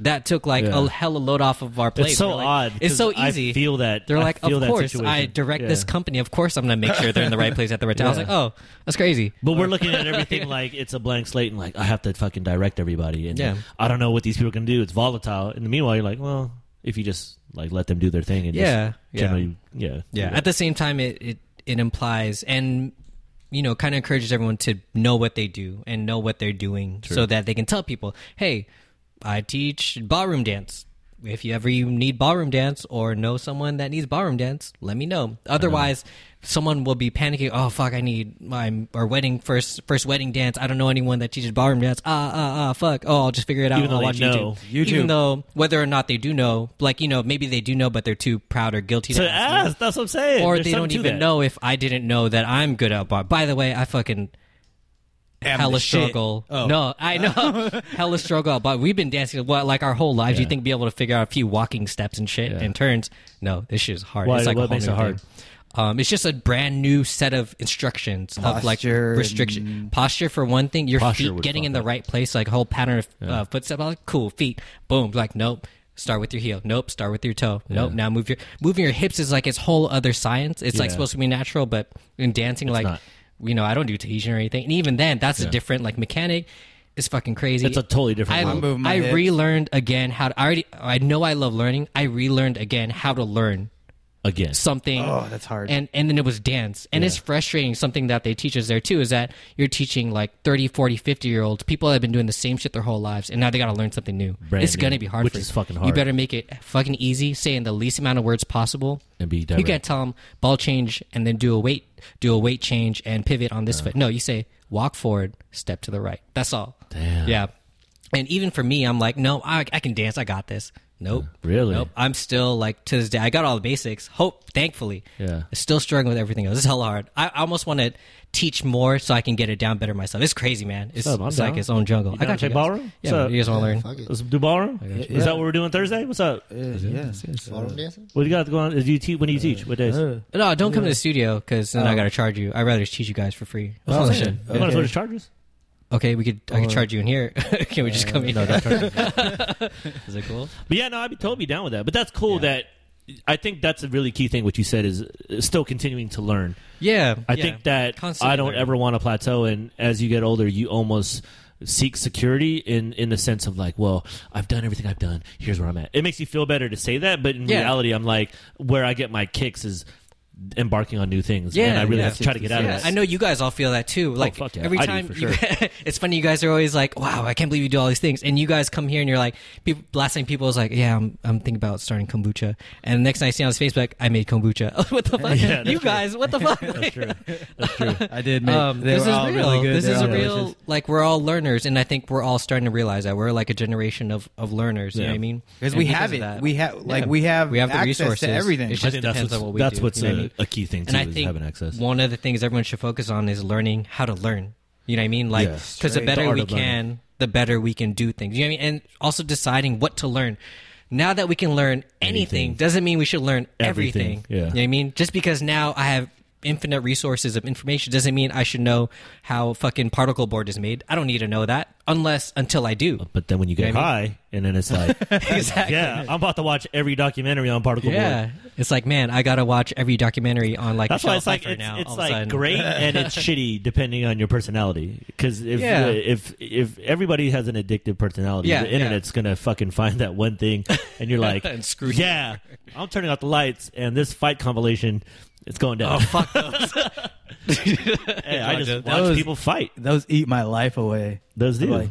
That took like
Yeah.
a hell of a load off of our plate.
It's so
We're like-
odd.
It's so
'cause
easy.
I feel that
They're
I
like,
feel
of
that
course,
situation.
I direct
Yeah.
this company. Of course, I'm going to make sure they're in the right place at the right time. I was like,
Yeah.
oh, that's crazy.
But we're looking
<laughs>
at everything like it's a blank slate, and like I have to fucking direct everybody, and
Yeah.
I don't know what these people can do. It's volatile. And meanwhile, you're like, well, if you just like let them do their thing, and
Yeah, yeah.
just generally, yeah,
Yeah. At the same time, it, it, it implies and, you know, kind of encourages everyone to know what they do and know what they're doing so that they can tell people, hey, I teach ballroom dance. If you ever you need ballroom dance or know someone that needs ballroom dance, let me know. Otherwise, someone will be panicking. Oh fuck! I need my our wedding first first wedding dance. I don't know anyone that teaches ballroom dance. Ah ah ah! Fuck! Oh, I'll just figure it out.
Even though
I'll
they
watch
know.
YouTube. Even
YouTube.
though whether or not they do know, like you know, maybe they do know, but they're too proud or guilty
So
to ask. me
ask. That's what I'm saying.
or
There's
they
something
don't
to
even
that.
know if I didn't know that I'm good at bar. By the way, I fucking
Am
hella
the shit.
struggle.
Oh.
No,
<laughs>
I know hella struggle. But we've been dancing what like our whole lives. You
Yeah.
think be able to figure out a few walking steps and shit
Yeah.
and turns? No, this shit is hard.
Why-
it's like a
what
whole
makes
new
it hard?
thing. Um, it's just a brand new set of instructions of like
Posture
restriction posture for one thing. Your
Posture
feet
would
getting
fuck
in the
up.
right place, like whole pattern of uh, footstep. I was like, cool feet. Boom. Like nope. Start with your heel. Nope. Start with your toe. Nope. Now move your moving your hips is like its whole other science. It's like
Yeah.
supposed to be natural, but in dancing, like
not.
you know, I don't do Tahitian or anything. And even then, that's a different like mechanic. It's fucking crazy.
It's a totally different
I,
world.
I'm moving my
I
hips.
relearned again how to. I already. I know I love learning. I relearned again how to learn
again.
something.
Oh, that's hard.
And and then it was dance. And it's frustrating. Something that they teach us there too is that you're teaching like 30, 40, 50 year olds, people that have been doing the same shit their whole lives, and now they got to learn something new.
Brand
it's
new,
going to be hard
which
for
is
you.
fucking
You
hard.
better make it fucking easy, say in the least amount of words possible.
And be
You
direct.
can't tell them ball change and then do a weight do a weight change and pivot on this foot. No, you say walk forward, step to the right. That's all.
Damn.
Yeah. And even for me, I'm like, no, I, I can dance. I got this. Nope.
Really?
Nope. I'm still like to this day. I got all the basics. Hope, thankfully.
Yeah.
Still struggling with everything else. It's hell hard. I, I almost want to teach more so I can get it down better myself. It's crazy, man. It's,
up? I'm
it's
down.
like its own jungle.
You
I
down
got
to
you.
play
Guys.
ballroom?
Yeah.
What's
man,
up?
You guys want to learn?
Fuck it.
Let's do ballroom. Is that what we're doing Thursday? What's up?
Uh,
yeah.
Ballroom dancing?
What do you got going? on? Do you teach? When do you teach? What days?
No, don't come to the studio because then I got to charge you. I'd rather just teach you guys for free.
That's what I'm
Shit.
saying. You might as Oh. well just charge us.
Okay, we could. I could charge you in here. <laughs> Can we just come in? Is it cool?
But yeah, no, I'd be totally down with that. But that's cool that I think that's a really key thing. What you said is uh, still continuing to learn.
<laughs> Yeah,
I
yeah.
think that
Constantly
I don't
learning.
ever want to plateau, and as you get older, you almost seek security in in the sense of like, well, I've done everything I've done. Here's where I'm at. It makes you feel better to say that, but in
Yeah.
reality, I'm like, where I get my kicks is embarking on new things,
Yeah,
and I really
yeah.
have to try to get out
Yeah,
of that. Oh,
I know you guys all feel that too. Like
fuck yeah.
every
I do,
time,
for
you,
sure.
<laughs> it's funny. You guys are always like, "Wow, I can't believe you do all these things." And you guys come here and you're like, people, last time people was like, "Yeah, I'm, I'm thinking about starting kombucha," and the next night I see on his Facebook, "I made kombucha." <laughs> what the
<laughs>
fuck,
Yeah, that's
you
true.
guys? What the
<laughs>
fuck?
That's true. That's true.
I did. Make,
Um,
they
this
were
is
all
real.
really good.
This
They
is
were
a
all
real.
delicious.
Like we're all learners, and I think we're all starting to realize that we're like a generation of, of learners. You know
Yeah.
what I mean?
Because
And
we have
of
it.
that-
We have- like,
Yeah.
we have
we have the
access to
resources
everything.
It
I
just depends
what's-
on what we
that's
do.
what's
you know what I
a,
mean?
a key thing too
and I
is
think
having access.
one of the things everyone should focus on is learning how to learn. You know what I mean? Like,
Yeah.
because
Straight.
the
The
better
art
we
of learning.
can, the better we can do things. You know what I mean? And also deciding what to learn. Now that we can learn anything,
Anything.
doesn't mean we should learn
Everything.
everything.
Yeah.
You know what I mean? Just because now I have infinite resources of information doesn't mean I should know how fucking particle board is made. I don't need to know that unless until I <laughs> do.
But then when you get
know what
high, and then it's like,
Exactly.
yeah, I'm about to watch every documentary on particle board.
Yeah, it's like man, I gotta watch every documentary on like
That's
Michelle
why it's like
Pfeiffer
it's,
now.
it's
all of a
like
sudden. <laughs>
great and it's shitty depending on your personality. Because if
Yeah.
uh, if if everybody has an addictive personality,
Yeah,
the
yeah.
internet's gonna fucking find that one thing, and
<laughs>
you're like,
And screw you
yeah, I'm turning out the lights, and this fight compilation, it's going down. <laughs>
Oh fuck those.
Hey, I just
That
watch
was-
people fight.
Those eat my life away.
Those do.
Like-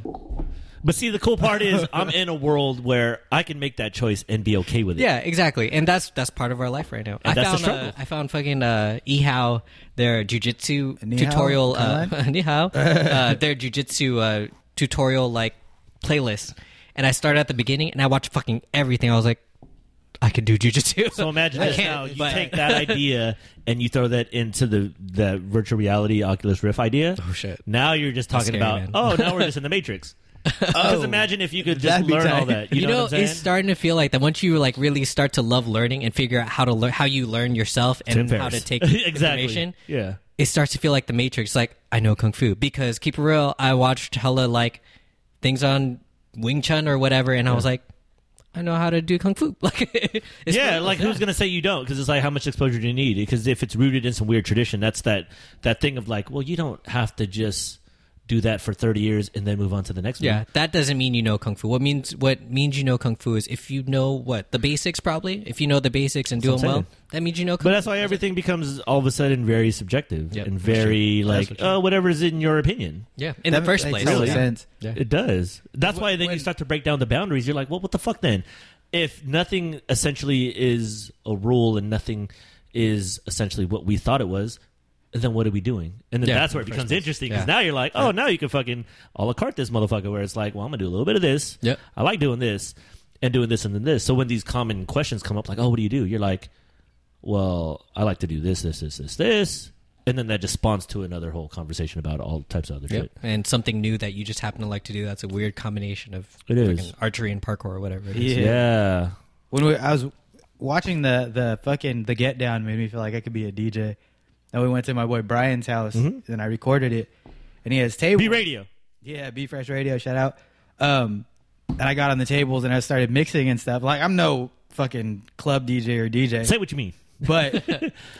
but see, the cool part is I'm in a world where I can make that choice and be okay with it.
Yeah, exactly. And that's that's part of our life right now.
And
I
that's the
found
struggle.
uh, I found fucking uh eHow their jujitsu
Ni hao,
tutorial uh, <laughs>
Caroline?
<laughs>
ni hao, uh their jujitsu uh tutorial like playlist. And I started at the beginning and I watched fucking everything. I was like I could do jujitsu.
So
<laughs>
imagine
I
this
can't,
now. You
but-
take that idea and you throw that into the the virtual reality Oculus Rift idea.
Oh, shit.
Now you're just talking
scary,
about
man. Oh.
oh now
<laughs>
we're just in the Matrix. Because imagine if you could just
That'd be
learn
tight.
all that. You,
You,
know,
know,
what I'm saying?
it's starting to feel like that once you like really start to love learning and figure out how to learn how you learn yourself
Tim
and how to
Ferriss.
take
<laughs> exactly.
information.
Yeah.
it starts to feel like the Matrix. Like I know kung fu because keep it real. I watched hella like things on Wing Chun or whatever, and I was like, I know how to do kung fu. <laughs> Like, it's
yeah,
really-
like who's gonna say you don't? Because it's like how much exposure do you need? Because if it's rooted in some weird tradition, that's that that thing of like, well, you don't have to just do that for thirty years and then move on to the next
Yeah,
one.
that doesn't mean you know kung fu. What means what means you know kung fu is if you know what the basics probably. If you know the basics and do
That's
them
what I'm
well,
saying.
that means you know. Kung
But
fu.
that's why everything becomes all of a sudden very subjective
Yep,
and
that's true.
very like
what you-
oh whatever's in your opinion.
yeah, in
That
the first
makes
place.
total
yeah.
sense.
Yeah.
It does. That's why then you
when-
start to break down the boundaries. You're like, well, what the fuck then? If nothing essentially is a rule and nothing is essentially what we thought it was, then what are we doing? And then
Yeah,
that's where it
first
becomes
place.
interesting because
Yeah.
now you're like, oh, now you can fucking a la carte this motherfucker where it's like, well, I'm going to do a little bit of this.
Yep.
I like doing this and doing this and then this. So when these common questions come up, like, oh, what do you do? You're like, well, I like to do this, this, this, this, this. And then that just spawns to another whole conversation about all types of other
Yep.
shit.
And something new that you just happen to like to do. That's a weird combination of
It is.
fucking archery and parkour or whatever. It is.
Yeah.
yeah.
When we, I was watching the the fucking the Get Down made me feel like I could be a DJ. And we went to my boy Brian's house and I recorded it. And he has table.
B Radio.
Yeah, Be Fresh Radio, shout out. Um, and I got on the tables and I started mixing and stuff. Like I'm no fucking club DJ or DJ.
Say what you mean.
<laughs> but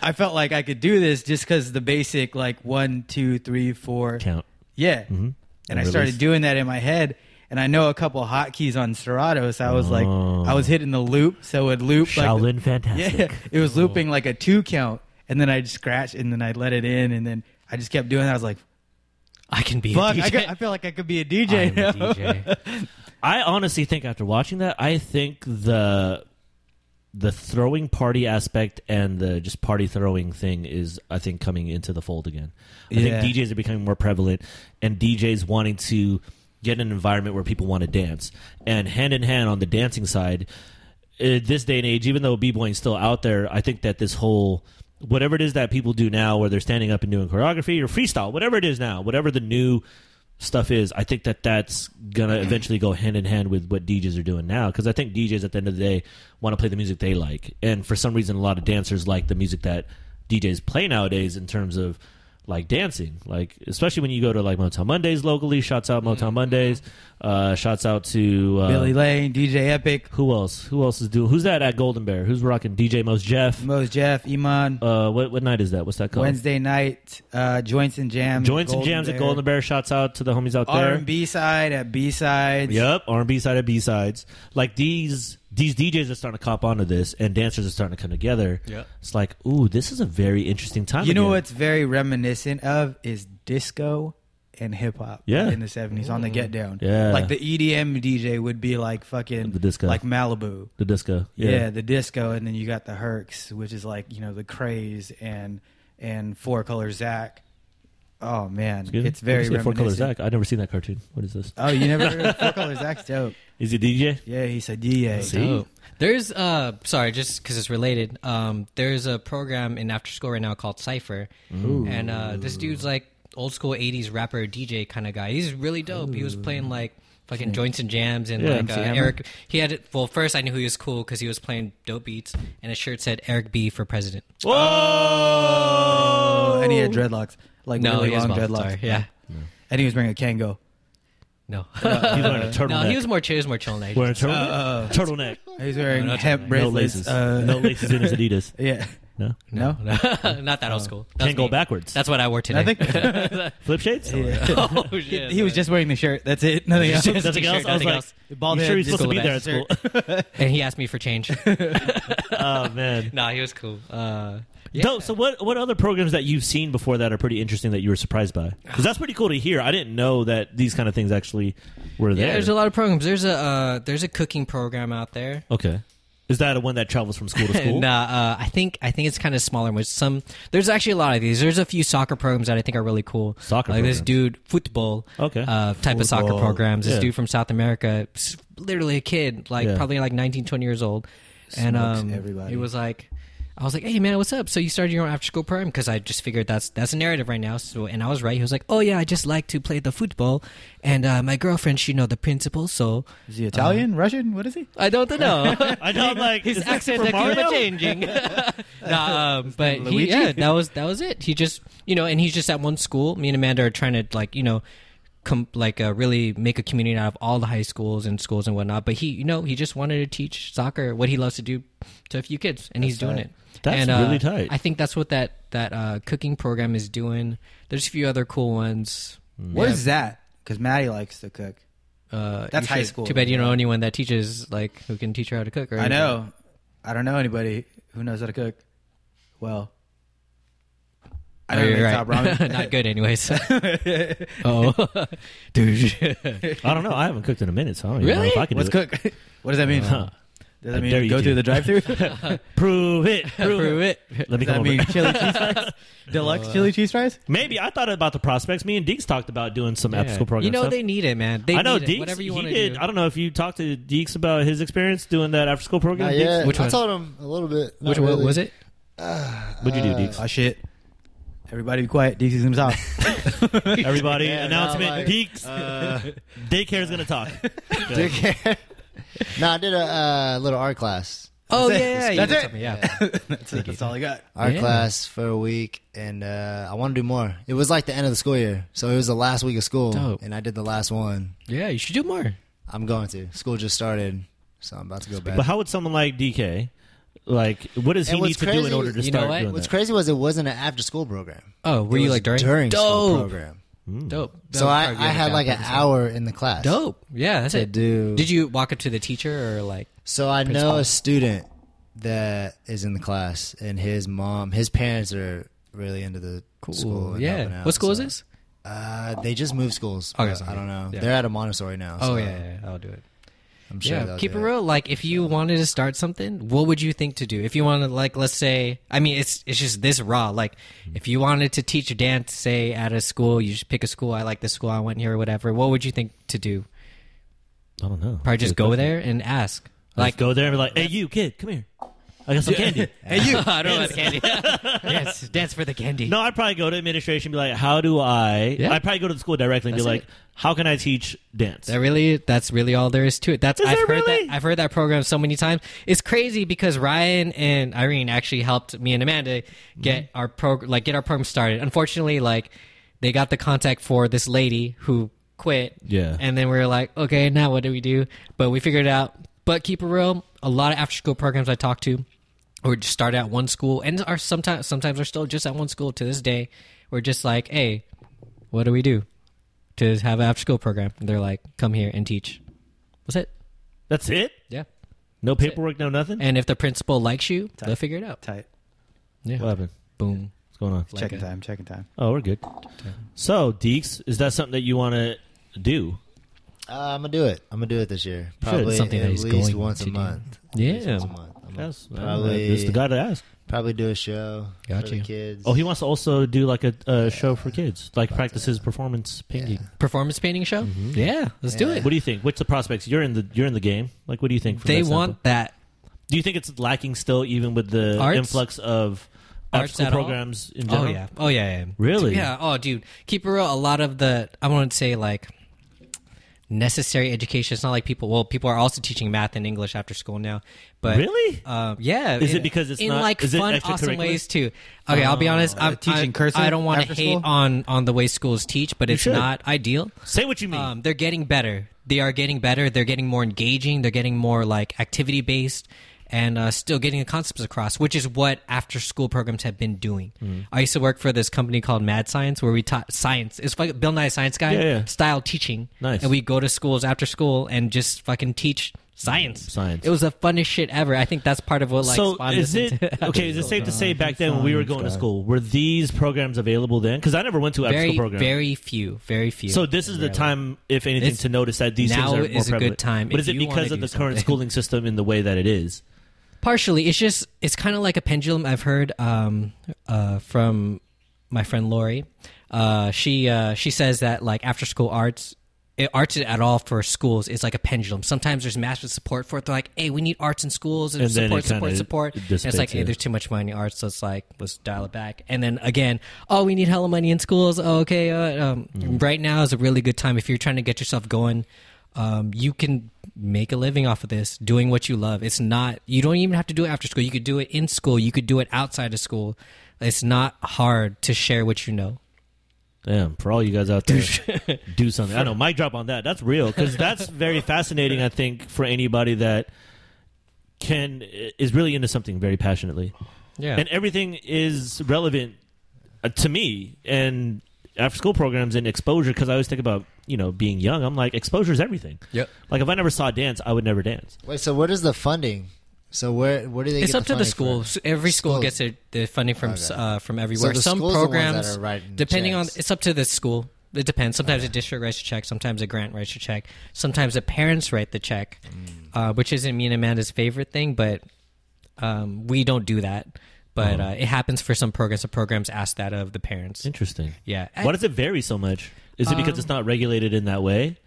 I felt like I could do this just because the basic like one, two, three, four
Count.
Yeah, and,
Mm-hmm. And
I
release.
started doing that in my head, and I know a couple hotkeys on Serato, so I was like,
Oh.
I was hitting the loop, so it would loop.
Shaolin
<laughs> Like,
fantastic.
yeah, it was looping like a two count, and then I'd scratch, and then I'd let it in, and then I just kept doing that. I was like,
I can be
fuck,
a DJ.
I, could- I feel like I could be a
I
DJ
am a
now.
DJ.
I honestly think after watching that, I think the the throwing party aspect and the just party throwing thing is I think coming into the fold again. I
Yeah.
think DJs are becoming more prevalent and DJs wanting to get an environment where people want to dance. And hand in hand on the dancing side, uh, this day and age, even though b-boying's still out there, I think that this whole whatever it is that people do now, where they're standing up and doing choreography or freestyle, whatever it is now, whatever the new stuff is, I think that that's gonna eventually go hand in hand with what DJs are doing now. Because I think DJs at the end of the day want to play the music they like, and for some reason, a lot of dancers like the music that DJs play nowadays in terms of like dancing, like especially when you go to like Motown Mondays locally. Shouts out
Mm-hmm.
Motown Mondays. Uh, shouts out to uh,
<laughs> Billy Lane, DJ Epic,
who else? Who else is doing? Who's that at Golden Bear? Who's rocking DJ Most Jeff?
Mos Jeff, Iman,
Uh, what what night is that? What's that called?
Wednesday night, uh, joints and jams,
Joints and jams at Golden Bear. Shouts out to the homies out
R
there.
and B side at B sides.
Yep, R and B side of B sides. Like these these DJs are starting to cop onto this, and dancers are starting to come together.
Yep.
It's like, ooh, this is a very interesting time.
You know
again.
what's very reminiscent of is disco and hip hop.
Yeah.
in the seventies on the get down.
Yeah.
like the E EDM DJ would be like fucking
The disco.
like Malibu.
The disco.
Yeah.
Yeah.
the disco, and then you got the Hercs, which is like you know the craze and and four color Zach. Oh man,
Excuse me?
it's very
What is it, Four Color
reminiscent.
Zach. I've never seen that cartoon. What is this?
Oh, you never heard of
<laughs>
four color Zach's dope.
Is he DJ?
Yeah, he's a DA.
See?
There's uh sorry, just because it's related. Um, there's a program in after school right now called Cipher, and uh, this dude's like old school '80s rapper DJ kind of guy. He's really dope. He was playing like fucking joints and jams and
Yeah,
like
MC
uh,
Hammer.
Eric. He had well first I knew he was cool because he was playing dope beats and his shirt said Eric B for president.
Whoa!
Oh, and he had dreadlocks, like
no,
really
he was
long
bald,
dreadlocks.
Sorry, yeah,
and he was wearing a Kango. <laughs>
no,
He's wearing a turtleneck.
<laughs> no, Uh, he was more chill. He was more chill. Than I
wearing a turtleneck. turtleneck.
He's wearing
No, not
hemp
No
bracelets.
laces.
Uh,
no laces in his Adidas.
<laughs> Yeah.
No.
No.
<laughs>
Oh.
Not that old school. That's
Can't go
me.
backwards.
That's what I wore today.
I <laughs> think
Flip shades.
<laughs> oh,
<laughs> he,
shit,
he was
man.
just wearing the shirt. That's it. Nothing else.
Just-
Nothing
t-shirt,
else. I was
nothing
like,
else.
Bald
you
head,
sure he's
just
supposed to
go
be
back
there at
to
school?
and he asked me for change.
<laughs> oh man.
nah, he was cool. Uh, <laughs> yeah.
Dope. So what what other programs that you've seen before that are pretty interesting that you were surprised by? Because that's pretty cool to hear. I didn't know that these kind of things actually were
Yeah,
there.
there's a lot of programs. There's a uh, there's a cooking program out there.
okay. Is that a one that travels from
<laughs>
school to school?
nah, uh, I think I think it's kind of smaller. Which some there's actually a lot of these. There's a few soccer programs that I think are really cool.
Soccer
like this
programs.
dude football,
Okay.
uh, type of soccer
Football.
programs. This
Yeah.
dude from South America, s- literally a kid, like
Yeah.
probably like 19, 20 years old, and
Smokes
um,
everybody.
he was like. I was like, "Hey man, what's up?" So you started your own after-school program because I just figured that's that's a narrative right now. So and I was right. He was like, "Oh yeah, I just like to play the football, and uh, my girlfriend, she know the principal, so
<laughs> Is he Italian? Russian? What is he?
I don't <laughs> know."
I know. I'm like
his
is this
accent
Super
that keep
Mario?
on
<laughs>
changing. nah, um, but
Luigi?
he, yeah, that was that was it. He just you know, and he's just at one school. Me and Amanda are trying to like you know, com- like uh, really make a community out of all the high schools and schools and whatnot. But he you know he just wanted to teach soccer what he loves to do to a few kids, and he's doing
tight.
it.
That's
And, uh,
really tight.
I think that's what that that uh, cooking program is doing. There's a few other cool ones.
Mm.
Where's that? Because Maddie likes to cook.
Uh,
That's
you
high
should-
school.
Too bad you don't know anyone that teaches like who can teach her how to cook. Or
I
anything.
know. I don't know anybody who knows how to cook. Well, I
Oh,
don't
you're
make
right. <laughs>
top
<laughs>
ramen.
Not good, anyways. oh, <laughs> dude.
I don't know. I haven't cooked in a minute, so I don't even
Really?
know if I can
What's
do it.
cook? <laughs> what does that mean?
Huh.
Does
I
that
dare
mean
you
go
to.
through
<laughs>
the drive-through? does
Prove it.
<laughs>
Prove it.
<laughs> Prove it.
Let me
that
come
mean
over. Uh.
chili
<laughs>
cheese fries? Deluxe chili cheese fries?
Maybe I thought about the prospects. Me and Deeks talked about doing some after school program
You know
stuff.
they need it, man. They
I know
need it.
Deeks.
Whatever you
he
want to
did.
do.
I don't know if you talked to Deeks about his experience doing that after school program.
Not
Deeks?
yet.
Which
I
one?
told him a little bit. not
Which one
really. <sighs>
was it?
What'd you do,
Uh,
Deeks?
Oh shit! Everybody be quiet. DC's in the house.
<laughs>
<laughs>
Everybody,
Yeah,
announcement.
not like- uh,
Deeks. <laughs> Daycare's gonna talk.
Dick hair. <laughs> no, I did a uh, little art class.
Oh
it.
yeah, yeah,
That's
yeah.
it.
Something, Yeah.
<laughs> that's, it. that's all I got.
Art
Yeah.
class for a week, and uh, I want to do more. It was like the end of the school year, so it was the last week of school,
Dope.
and I did the last one.
yeah, you should do more.
I'm going to school just started, so I'm about to go back.
But how would someone like DK, like, what does
And
he
what's
need to do in
crazy-
order to
you know
start
what?
doing
What's
that?
crazy was it wasn't an after school program.
Oh, were
It
you
was
like during?
during school
Dope.
program?
Dope.
So I,
Probably
I had
down
like an
pretty soon.
hour in the class.
Dope. Yeah, that's
to
it.
do-
Did you walk up to the teacher or like?
So I
Principal.
know a student that is in the class, and his mom, his parents are really into the school. and helping
yeah.
out,
What school is
so-
this?
Uh, they just moved schools.
Okay,
but
so-
I don't know.
yeah.
They're at a Montessori now.
Oh
so
yeah, yeah, yeah, I'll do it.
I'm sure.
yeah,
they'll
keep it
do
real. Like, if you wanted to start something, what would you think to do? If you wanted, like, let's say, I mean, it's it's just this raw. Like, if you wanted to teach dance, say at a school, you should pick a school. I like the school I went here, or whatever. What would you think to do?
I don't know.
Probably just go there and ask.
Like
Like,
go there and be like, "Hey, you kid, come here. I got some candy."
hey you, <laughs> I don't want the candy. dance, dance for the candy.
No, I'd probably go to administration and be like, how do I?
Yeah.
I'd probably go to the school directly and
That's
be like,
it.
how can I teach dance?
That really, that's really all there is to it. That's
Is
I've
there
heard
really?
that I've heard that program so many times. It's crazy because Ryan and Irene actually helped me and Amanda get our program, like get our program started. Unfortunately, like they got the contact for this lady who quit.
Yeah.
and then we were like, okay, now what do we do? But we figured it out. But keep it real. A lot of after school programs I talk to, or just start at one school, and are sometimes sometimes are still just at one school to this day. We're just like, hey, what do we do? to have an after school program. They're like, come here and teach. That's it.
That's it?
Yeah.
No paperwork, no nothing?
And if the principal likes you, they'll figure it out.
Tight.
Yeah.
what happened?
Boom.
What's going on?
Like
checking
a-
time. Checking time.
Oh, we're good. So, Deeks, is that something that you want to do?
It. Uh, I'm gonna do it. I'm gonna do it this year. Probably
Something that
at
he's
least
going
once
to
a
do.
month. At
Yeah.
least once a month. I'm gonna
Yes.
Probably-
uh, This is the guy to ask.
probably do a show
Got
for the
you.
kids.
Oh, he wants to also do like a, a show for kids, like practice his performance painting.
Performance painting show? Yeah. Let's do it.
Mm-hmm. What do you think? What's the prospects? You're in the you're in the game. Like, what do you think? from
they
that standpoint?
want that.
Do you think it's lacking still, even with the
Arts?
influx of
Arts
after
at all?
programs in
Oh
general?
yeah. Oh yeah, yeah.
Really?
Yeah. Oh dude. Keep it real. A lot of the I wouldn't say like necessary education. It's not like people well, people are also teaching math and English after school now. But
Really?
Um, yeah.
Is
in-
it because it's
in
not-
like
is it
fun, awesome
extracurricular? Oh.
ways too? Okay, I'll be honest. I'm
teaching
I,
cursive
I don't want
after
to hate
school?
on on the way schools teach, but it's
should.
not ideal.
Say what you mean.
Um, they're getting better. They are getting better. They're getting more engaging. They're getting more like activity based, and uh, still getting the concepts across, which is what after school programs have been doing.
Mm-hmm.
I used to work for this company called Mad Science, where we taught science. It's like Bill Nye Science Guy
Yeah, yeah.
style teaching.
Nice.
And we go to schools after school and just fucking teach. Science,
Science.
It was the funnest shit ever. I think that's part of what like
so
spawned
is
us
it
into- <laughs>
okay? Is it safe to say back then when we were going to school, were these programs available then? Because I never went to after
very
school program.
very few, very few.
so this is the time, if anything,
It's-
to notice that these
now
things are more
is a good
prevalent.
time
But
if
is it
you wanna
because of
do
the current
something.
schooling system in the way that it is?
Partially, it's just it's kind of like a pendulum. I've heard um, uh, from my friend Lori. Uh, she uh, she says that like after school arts. It, arts at all for schools is like a pendulum. Sometimes there's massive support for it. They're like, "Hey, we need arts in schools and,
And then
support,
it kinda
support, support." And it's
dissipates,
like, "Hey,
yeah.
there's too much money in arts. Let's like let's dial it back." And then again, "Oh, we need hella money in schools." Oh, okay, uh, um,
Mm-hmm.
right now is a really good time if you're trying to get yourself going. Um, you can make a living off of this doing what you love. It's not you don't even have to do it after school. You could do it in school. You could do it outside of school. It's not hard to share what you know.
Damn, for all you guys out
<laughs>
there, do something. I know, mic drop on that. That's real because that's very fascinating. I think for anybody that can is really into something very passionately,
Yeah.
and everything is relevant uh, to me and after school programs and exposure. Because I always think about you know being young. I'm like exposure is everything.
Yep.
Like if I never saw dance, I would never dance.
Wait, so what is the funding? So where where do they?
it's
get
up to the
funding
school.
from?
So every school
Schools.
gets their, their funding from s
Okay.
uh, from everywhere.
the
Some
school's the ones that
programs,
are writing the
depending on,
checks.
it's up to the school. It depends. Sometimes a district writes a check. Sometimes a grant writes a check. Sometimes the parents write the check,
Mm.
uh, which isn't me and Amanda's favorite thing, but um, we don't do that.
Oh.
But uh, it happens for some programs. Some programs ask that of the parents.
Interesting.
Yeah.
Why does it vary so much? Is it because it's not regulated in that way?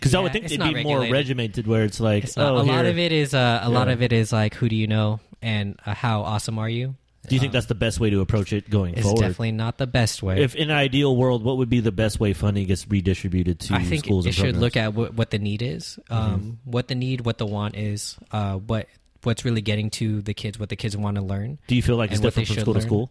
Because I
Um, Yeah,
would think
it's
it'd
not
be more
regulated.
regimented, where it's like,
It's not-
oh,
a lot
here-
of it is uh, a lot
Yeah.
of it is like who do you know and uh, how awesome are you?
Do you think that's the best way to approach it going
It's
forward?
definitely not the best way.
if in an ideal world, what would be the best way funding gets redistributed to
I think
schools?
it
and
should
programs? Mm-hmm.
look at what, what the need is, um, what the need, what the want is, uh, what what's really getting to the kids, what the kids want to learn.
Do you feel like it's
and what
different
they
from
should
school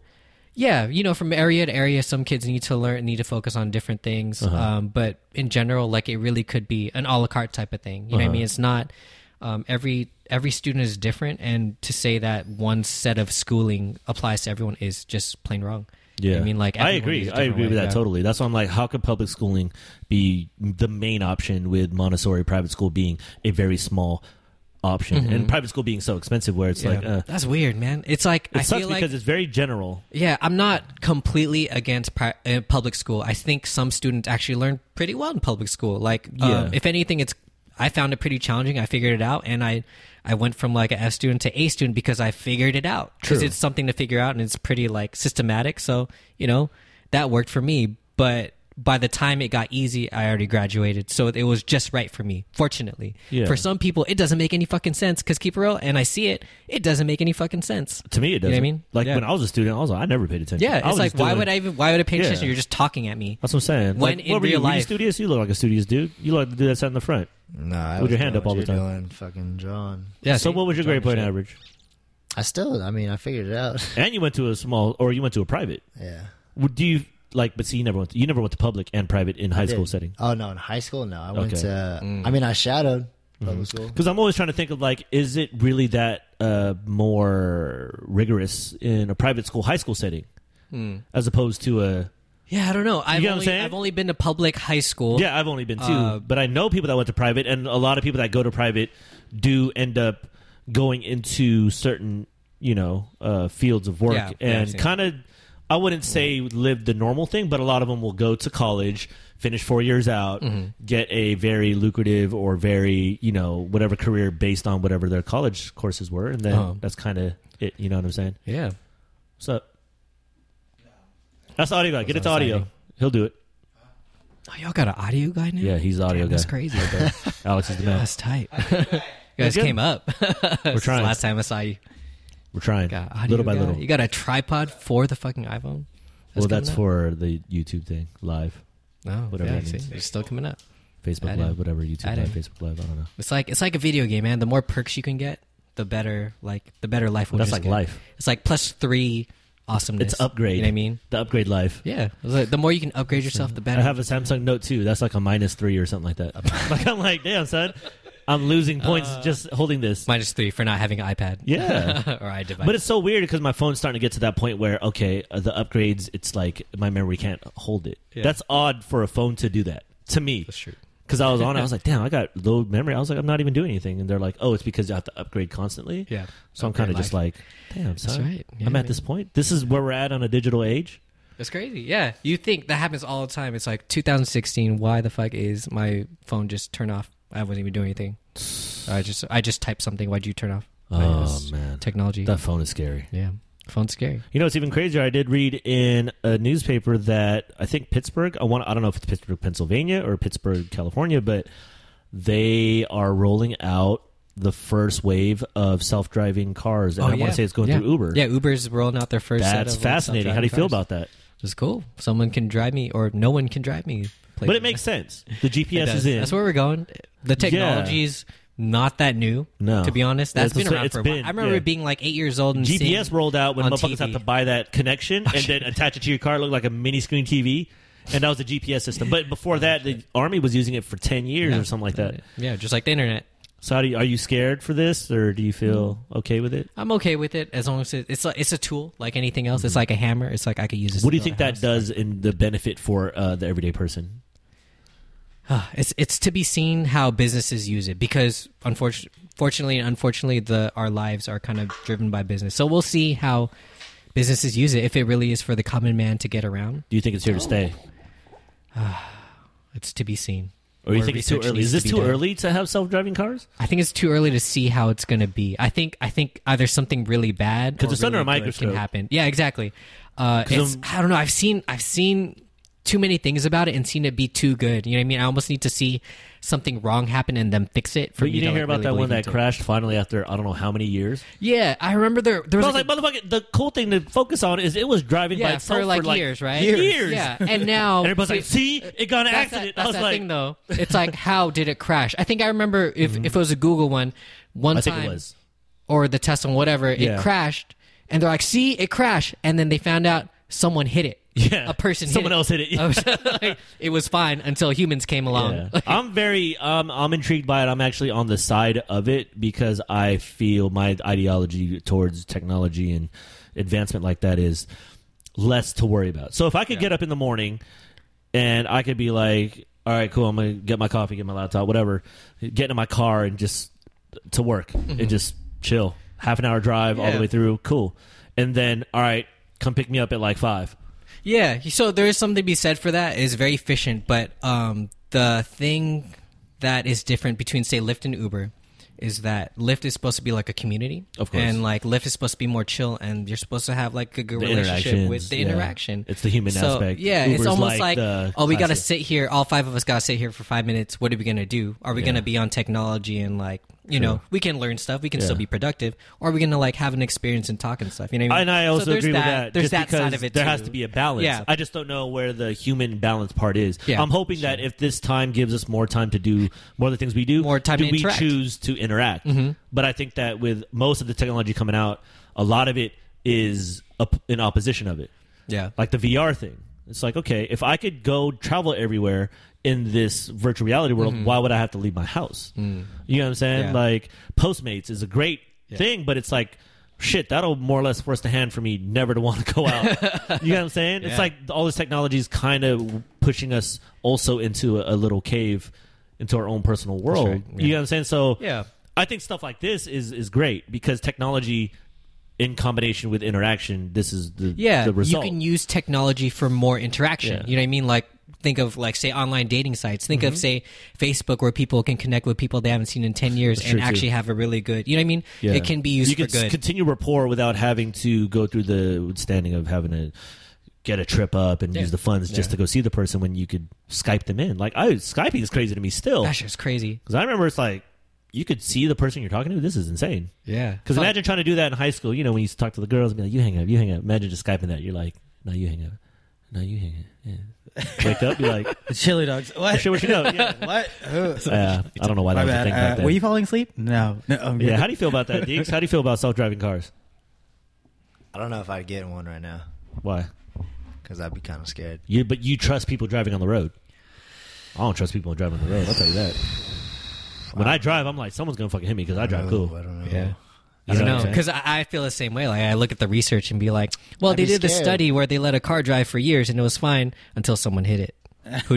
to school?
learn. Yeah, you know, from area to area, some kids need to learn, need to focus on different things.
Uh-huh.
Um, but in general, like it really could be an a la carte type of thing. You
Uh-huh.
know what I mean? It's not um, every every student is different, and to say that one set of schooling applies to everyone is just plain wrong.
Yeah,
I mean, like
I
everyone
agree.
is
I agree
different,
with that
yeah.
totally. That's why I'm like, how could public schooling be the main option with Montessori private school being a very small option and private school being so expensive? Where it's
Mm-hmm. Yeah.
like, uh,
that's weird, man. It's like
it
I
sucks
feel like
because it's very general.
yeah, I'm not completely against pri- uh, public school. I think some students actually learn pretty well in public school. Like,
Yeah.
um, if anything, it's I found it pretty challenging. I figured it out, and I I went from like a F student to A student because I figured it out. Because
True.
it's something to figure out, and it's pretty like systematic. So you know that worked for me. But by the time it got easy, I already graduated, so it was just right for me. Fortunately,
Yeah.
for some people, it doesn't make any fucking sense. Because keep it real, and I see it, it doesn't make any fucking sense.
To me, it
You know what I
doesn't.
mean?
Like
Yeah.
when I was a student, I was like, I never paid attention.
Yeah,
I
it's
was
like
just
why
doing-
would I even? Why would I pay attention?
Yeah.
You're just talking at me.
That's what I'm saying.
When
like,
in
what were you,
real
were you
life-
studious? You look like a studious dude. You look like the dude that sat in the front.
No, I
With your
was
hand
doing
up all
what
the
you're
time.
doing, fucking drawing.
Yeah.
so, what was your grade point average?
I still, I mean, I figured it out. <laughs>
And you went to a small, or you went to a private.
yeah.
Would- Do you like? But see, you never went. To, you never went to public and private in high
I
school
did.
setting.
Oh no, in high school, no. I went
Okay. Mm-hmm.
to.
Mm.
I mean, I shadowed public school.
Because I'm always trying to think of like, is it really that uh, more rigorous in a private school, high school setting, as opposed to a?
Yeah, I don't know. I've
get what I'm
only
saying?
I've only been to public high school.
Yeah, I've only been two,
Uh,
but I know people that went to private, and a lot of people that go to private do end up going into certain, you know, uh, fields of work
Yeah, yeah, I've
and
seen
kind of. I wouldn't say live the normal thing, but a lot of them will go to college, finish four years out,
Mm-hmm.
get a very lucrative or very, you know, whatever career based on whatever their college courses were. And then
Uh-huh.
that's kind of it. You know what I'm saying?
Yeah.
So that's the audio guy. Get it to
That was
audio.
exciting.
He'll do it.
Oh, y'all got an audio guy now?
Yeah, he's the audio
Damn, That's
guy.
crazy.
Alex is the man.
<laughs> That's tight. you guys
good.
came up. <laughs> We're
trying.
Last time I saw you,
We're trying
got audio
little by
guy.
little.
uh, You got a tripod for the fucking iPhone.
well, that's
coming
for the YouTube thing, live,
up? no,
whatever
whatever. Yeah,
that
see,
means.
it's still coming up.
Facebook
Add in.
Live, whatever YouTube
Add
Live,
in.
Facebook Live. I don't know.
It's like it's like a video game, man. The more perks you can get, the better. Like the better life will.
That's
just
like
get.
life.
It's like plus three awesomeness.
It's upgrade.
You know what I mean?
The upgrade life.
Yeah. It's like, the more you can upgrade yourself, the better.
I have a Samsung Note 2. That's like a minus three or something like that. <laughs> like I'm like, damn son, I'm losing points
Uh,
just holding this.
minus three for not having an iPad.
Yeah.
<laughs> or iDevice.
But it's so weird because my phone's starting to get to that point where okay, uh, the upgrades. It's like my memory can't hold it.
Yeah.
That's odd for a phone to do that to me. Because I was
<laughs>
on it, I was like, damn, I got low memory. I was like, I'm not even doing anything, and they're like, oh, it's because you have to upgrade constantly.
Yeah.
So I'm kind of
Upgrade
just like, damn, son,
right. Yeah,
I'm at
man.
this point. This is where we're at on a digital age.
That's crazy. Yeah. You think that happens all the time. It's like 2016. Why the fuck is my phone just turn off? I wasn't even doing anything. I just I just typed something. Why'd you turn off?
Oh,
It's
man.
Technology.
That phone is scary.
yeah. Phone's scary.
You know, it's even crazier. I did read in a newspaper that I think Pittsburgh. I want. I don't know if it's Pittsburgh, Pennsylvania, or Pittsburgh, California, but they are rolling out the first wave of self-driving cars, and I want to say it's going
Oh, Yeah.
through Uber.
Yeah, Uber's rolling out their first. set
That's
of, like,
fascinating. How do you feel
self-driving cars.
about that?
It's cool. Someone can drive me, or no one can drive me.
But it
<laughs>
makes sense. The
It
GPS
does.
is in.
That's where we're going. The technology's not that new.
No.
to be honest, that's
It's-
been around
it's
for a
been-
while. I remember
yeah.
it being like eight years old and seeing-
GPS rolled out when
on Oh,
motherfuckers
TV.
have to buy that connection and then attach it to your car. It looked like a mini screen TV, and that was the GPS system. But before that, the army was using it for ten years
Yeah. Oh,
or something like that.
Yeah, just like the internet.
So, how do you, are you scared for this, or do you feel okay with it?
I'm okay with it as long as it, it's like it's a tool like anything else. It's like a hammer. It's like I could use this.
Mm-hmm. What do you
to
think
build
that does in the benefit for uh, the everyday person?
a house. <sighs> It's it's to be seen how businesses use it because unfortunately, fortunately and unfortunately, the our lives are kind of driven by business. So we'll see how businesses use it if it really is for the common man to get around.
Do you think it's
Oh,
here to stay,
It's to be seen.
or do Oh, you
More
think it's too
research
early?
needs
Is
to
this
be
too
done.
early to have self-driving cars?
I think it's too early to see how it's going to be. I think I think either something really bad
'Cause
or
it's under
really
a
good
microscope.
Can happen. Yeah, exactly. Uh,
'Cause
it's,
I'm-
I don't know. I've seen I've seen too many things about it and seen it be too good. You know what I mean? I almost need to see something wrong happen and then fix it. For
But
me
you didn't
to,
hear
like,
about
really
that one
believe
that
into it.
crashed finally after I don't know how many years.
Yeah, I remember there there
But
was,
I was
like
like, motherfucker, the cool thing to focus on is it was driving
a, yeah
by itself
for like, years, right?
Years.
Yeah, and
<laughs>
now
And everybody's like, see, it got an
Oh, that's that-
accident.
that's
I was
that
like,
thing though. It's like how did it crash? I think I remember if if it was a Google one one
Mm-hmm. I
time
think it was.
or the Tesla, whatever, it
Yeah.
crashed, and they're like, "See, it crashed," and then they found out someone hit it.
Yeah.
a person,
Someone
hit it.
else hit it.
I was like, <laughs> it was fine until humans came along.
Yeah.
Like,
Um, <laughs> I'm very, um, I'm intrigued by it. I'm actually on the side of it because I feel my ideology towards technology and advancement like that is less to worry about. So if I could get up in the morning and I could be like, all right, cool, I'm going to get my coffee, get my laptop, whatever, get in my car and just to work and just chill. Half an hour drive all the
Mm-hmm. Yeah.
way through, cool. And then, all right, come pick me up at like five.
Yeah, so there is something to be said for that. It's very efficient, but um, the thing that is different between say Lyft and Uber is that Lyft is supposed to be like a community,
Of course.
and like Lyft is supposed to be more chill, and you're supposed to have like a good
The
relationship
interactions,
with the
yeah.
interaction.
It's the human
So,
aspect.
Yeah,
Uber's
it's almost
like
like,
the
oh, we got to
classic.
sit here. All five of us got to sit here for five minutes. What are we gonna do? Are we
Yeah.
gonna be on technology and like you know we can learn stuff. We can
Yeah.
still be productive. Or are we gonna like have an experience and talk and stuff? You know. What I mean?
And I
So
also
there's
agree with that.
There's
just
that
because
side of it.
There
too.
has to be a balance.
Yeah.
I just don't know where the human balance part is.
Yeah.
I'm hoping that if this time gives us more time to do more of the things we do,
More time
do
to
we
interact. Mm-hmm.
choose to interact. But I think that with most of the technology coming out, a lot of it is up in opposition of it.
Yeah.
Like the VR thing. It's like, okay, if I could go travel everywhere in this virtual reality world, why would I have to leave my house? You know what I'm saying?
Mm-hmm. Mm. Yeah.
Like Postmates is a great thing, but it's like shit, that'll more or less force the hand for me never to want to go
<laughs>
out. you know what I'm saying? It's
Yeah.
like all this technology is kind of pushing us also into a, a little cave into our own personal world.
right,
You
yeah.
know what I'm saying? So
Yeah.
I think stuff like this is is great because technology in combination with interaction, this is the,
yeah,
the result.
you can use technology for more interaction.
Yeah.
You know what I mean? Like think of like say online dating sites. Think
Mm-hmm.
of say Facebook where people can connect with people they haven't seen in ten years
That's
and
true, too.
actually have a really good. You know what I mean? It can be used
You
for
can s-
good.
continue rapport without having to go through the standing of having to get a trip up and
Yeah.
use the funds just
Yeah.
to go see the person when you could Skype them in. Like I Skyping is crazy to me still
That shit's crazy.
because I remember it's like you could see the person you're talking to. This is insane.
Yeah,
Because imagine trying to do that in high school. You know when you talk to the girls and be like, "You hang up, you hang up." Imagine just Skyping that. You're like, "No, you hang up. No, you hang
<laughs>
up." Yeah. Wake up, you're like,
chili <laughs> dogs. What?
"Shit, what you know?" Yeah.
what? Ugh.
Uh, I don't know why that
My
was a
bad.
thing back
Uh,
then.
<laughs>
were you falling asleep? No. No. I'm good.
yeah, how do you feel about that, Deeks? How do you feel about self-driving cars?
I don't know if I'd get in one right now
Why?
because I'd be kind of scared.
You, but you trust people driving on the road. I don't trust people driving on the road. I'll tell you that. When I drive, I'm like, someone's gonna fucking hit me because I drive
Ooh, I
cool.
don't know.
Yeah.
You
I don't
know
know
what I'm
because I, I feel the same way. Like I look at the research and be like, "Well,
I'd
they
be
did this
scared.
study where they let a car drive for years and it was fine until someone hit it." Who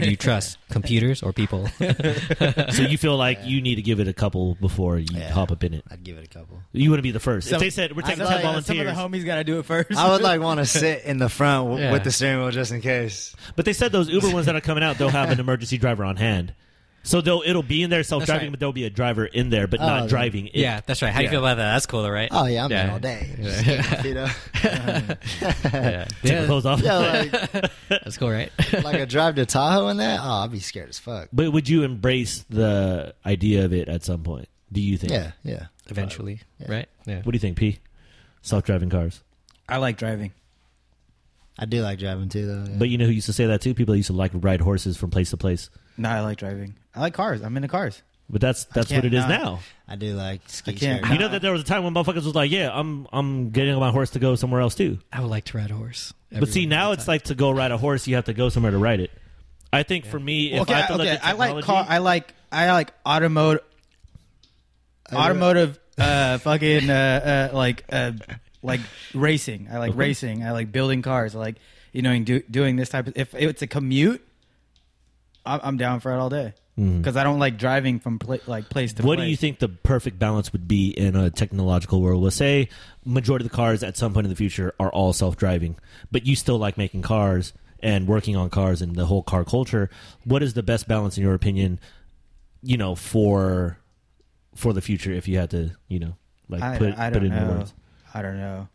<laughs>
do you trust, computers or people?
So you feel like you need to give it a couple before you
Yeah.
hop up in it.
I'd give it a couple.
<laughs> You wouldn't be the first. if
Some-
they said we're
I
taking
feel
ten
like Some of
volunteers,
the homies got to do it first.
I would like want to sit in the front w-
<laughs> Yeah.
with the steering wheel just in case.
but they said those Uber ones that are coming out, they'll have an emergency driver on hand. So they'll it'll be in there self-driving,
right.
but there'll be a driver in there, but
Oh,
not driving. It.
yeah, that's right. How do you feel about that? That's cooler, right?
Oh yeah, I'm in all day. Just keep my feet
<laughs>
up.
Yeah,
Take the
<laughs>
<laughs> Yeah,
clothes off.
yeah, like,
that's cool, right?
like a drive to Tahoe in that. Oh, I'd be scared as fuck.
<laughs> But would you embrace the idea of it at some point? Do you think?
Yeah, yeah.
Eventually, right? Yeah.
What do you think, P? Self-driving cars.
<laughs> I like driving.
I do like driving too, though. yeah.
But you know who used to say that too? People that used to like ride horses from place to place.
No, I like driving. I like cars. I'm into cars.
But that's that's what
can't
it is
not.
now.
I do like ski.
I can't-
touring.
You know that there was a time when motherfuckers was like, "Yeah, I'm I'm getting on my horse to go somewhere else too."
I would like to ride a horse.
But see, now it's like to go ride a horse, you have to go somewhere to ride it. I think for me, if
okay,
I have to look
okay.
at
I like
technology,
car. I like I like automotive, automotive, uh, fucking uh, uh, like uh, like racing. I like racing. I like building cars. I like you know do, doing this type of. If it's a commute, I'm, I'm down for it all day because I don't like driving from pla- like place to.
Mm-hmm. what
place.
do you think the perfect balance would be in a technological world? Let's say majority of the cars at some point in the future are all self-driving, but you still like making cars and working on cars and the whole car culture. What is the best balance in your opinion? You know, for for the future, if you had to, you know, like
I,
put
I
put
don't
it in the
know.
words.
I don't know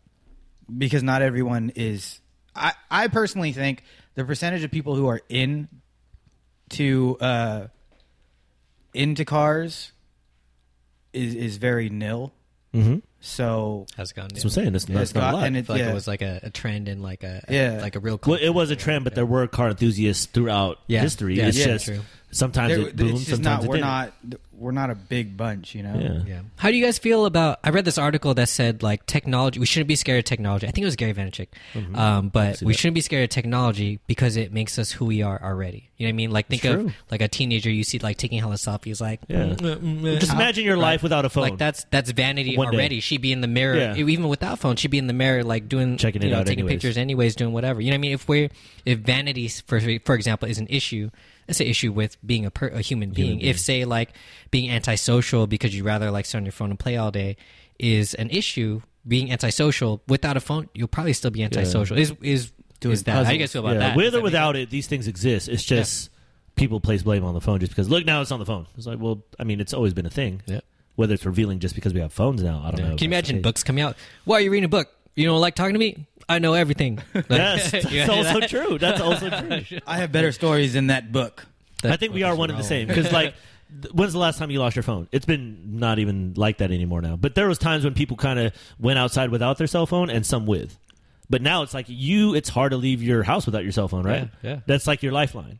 because not everyone is. I I personally think the percentage of people who are in to uh, into cars is is very nil.
Mm-hmm.
So
How's it gone?
That's what I'm saying. That's, that's
it's
not
got-
a lot.
and
I
it,
feel like
yeah.
it was like a, a trend and like a, a-
Yeah.
like a real.
well, it was a trend, but there were car enthusiast throughout
Yeah.
history.
Yeah,
it's
yeah,
just
true.
sometimes
there-
it boomed,
it's just
sometimes
not.
it
We're
didn't.
not. We're not a big bunch, you know.
yeah.
Yeah. How do you guys feel about? I read this article that said like technology. We shouldn't be scared of technology. I think it was Gary Vaynerchuk. Um, but we shouldn't be scared of technology because it makes us who we are already. You know what I mean? Like think
true.
of like a teenager you see like taking hella selfies. Like
Yeah.
mm, mm, mm,
Just
mm.
imagine your life without a phone.
Like that's that's vanity
One day.
already she'd be in the mirror,
Yeah.
even without phone, she'd be in the mirror, like doing
Checking
you
it
know,
out
taking
anyways.
pictures, anyways, doing whatever. You know what I mean? If we're if vanity, for for example, is an issue, it's an issue with being a, per, a human, being. If say like being antisocial because you rather like sit on your phone and play all day is an issue, being antisocial without a phone, you'll probably still be antisocial. Is is is that? How do you guys feel about
Yeah,
that? Does
With or
that make
without it, these things exist. It's just people place blame on the phone just because. Look, now it's on the phone. It's like, well, I mean, it's always been a thing.
Yeah.
Whether it's revealing just because we have phones now, I don't know.
Can you
if that's the
imagine
case.
books coming out? Why are you reading a book? You don't like talking to me? I know
<laughs>
everything. Like-
Yes,
<laughs> You
that's
know
also
that?
true. That's
<laughs>
also true.
I have better stories in that book.
I think we are one and the same because,
<laughs>
like, th- when's the last time you lost your phone? It's been not even like that anymore now. But there was times when people kind of went outside without their cell phone and some with. But now it's like you. It's hard to leave your house without your cell phone, right?
Yeah, yeah.
That's like your lifeline.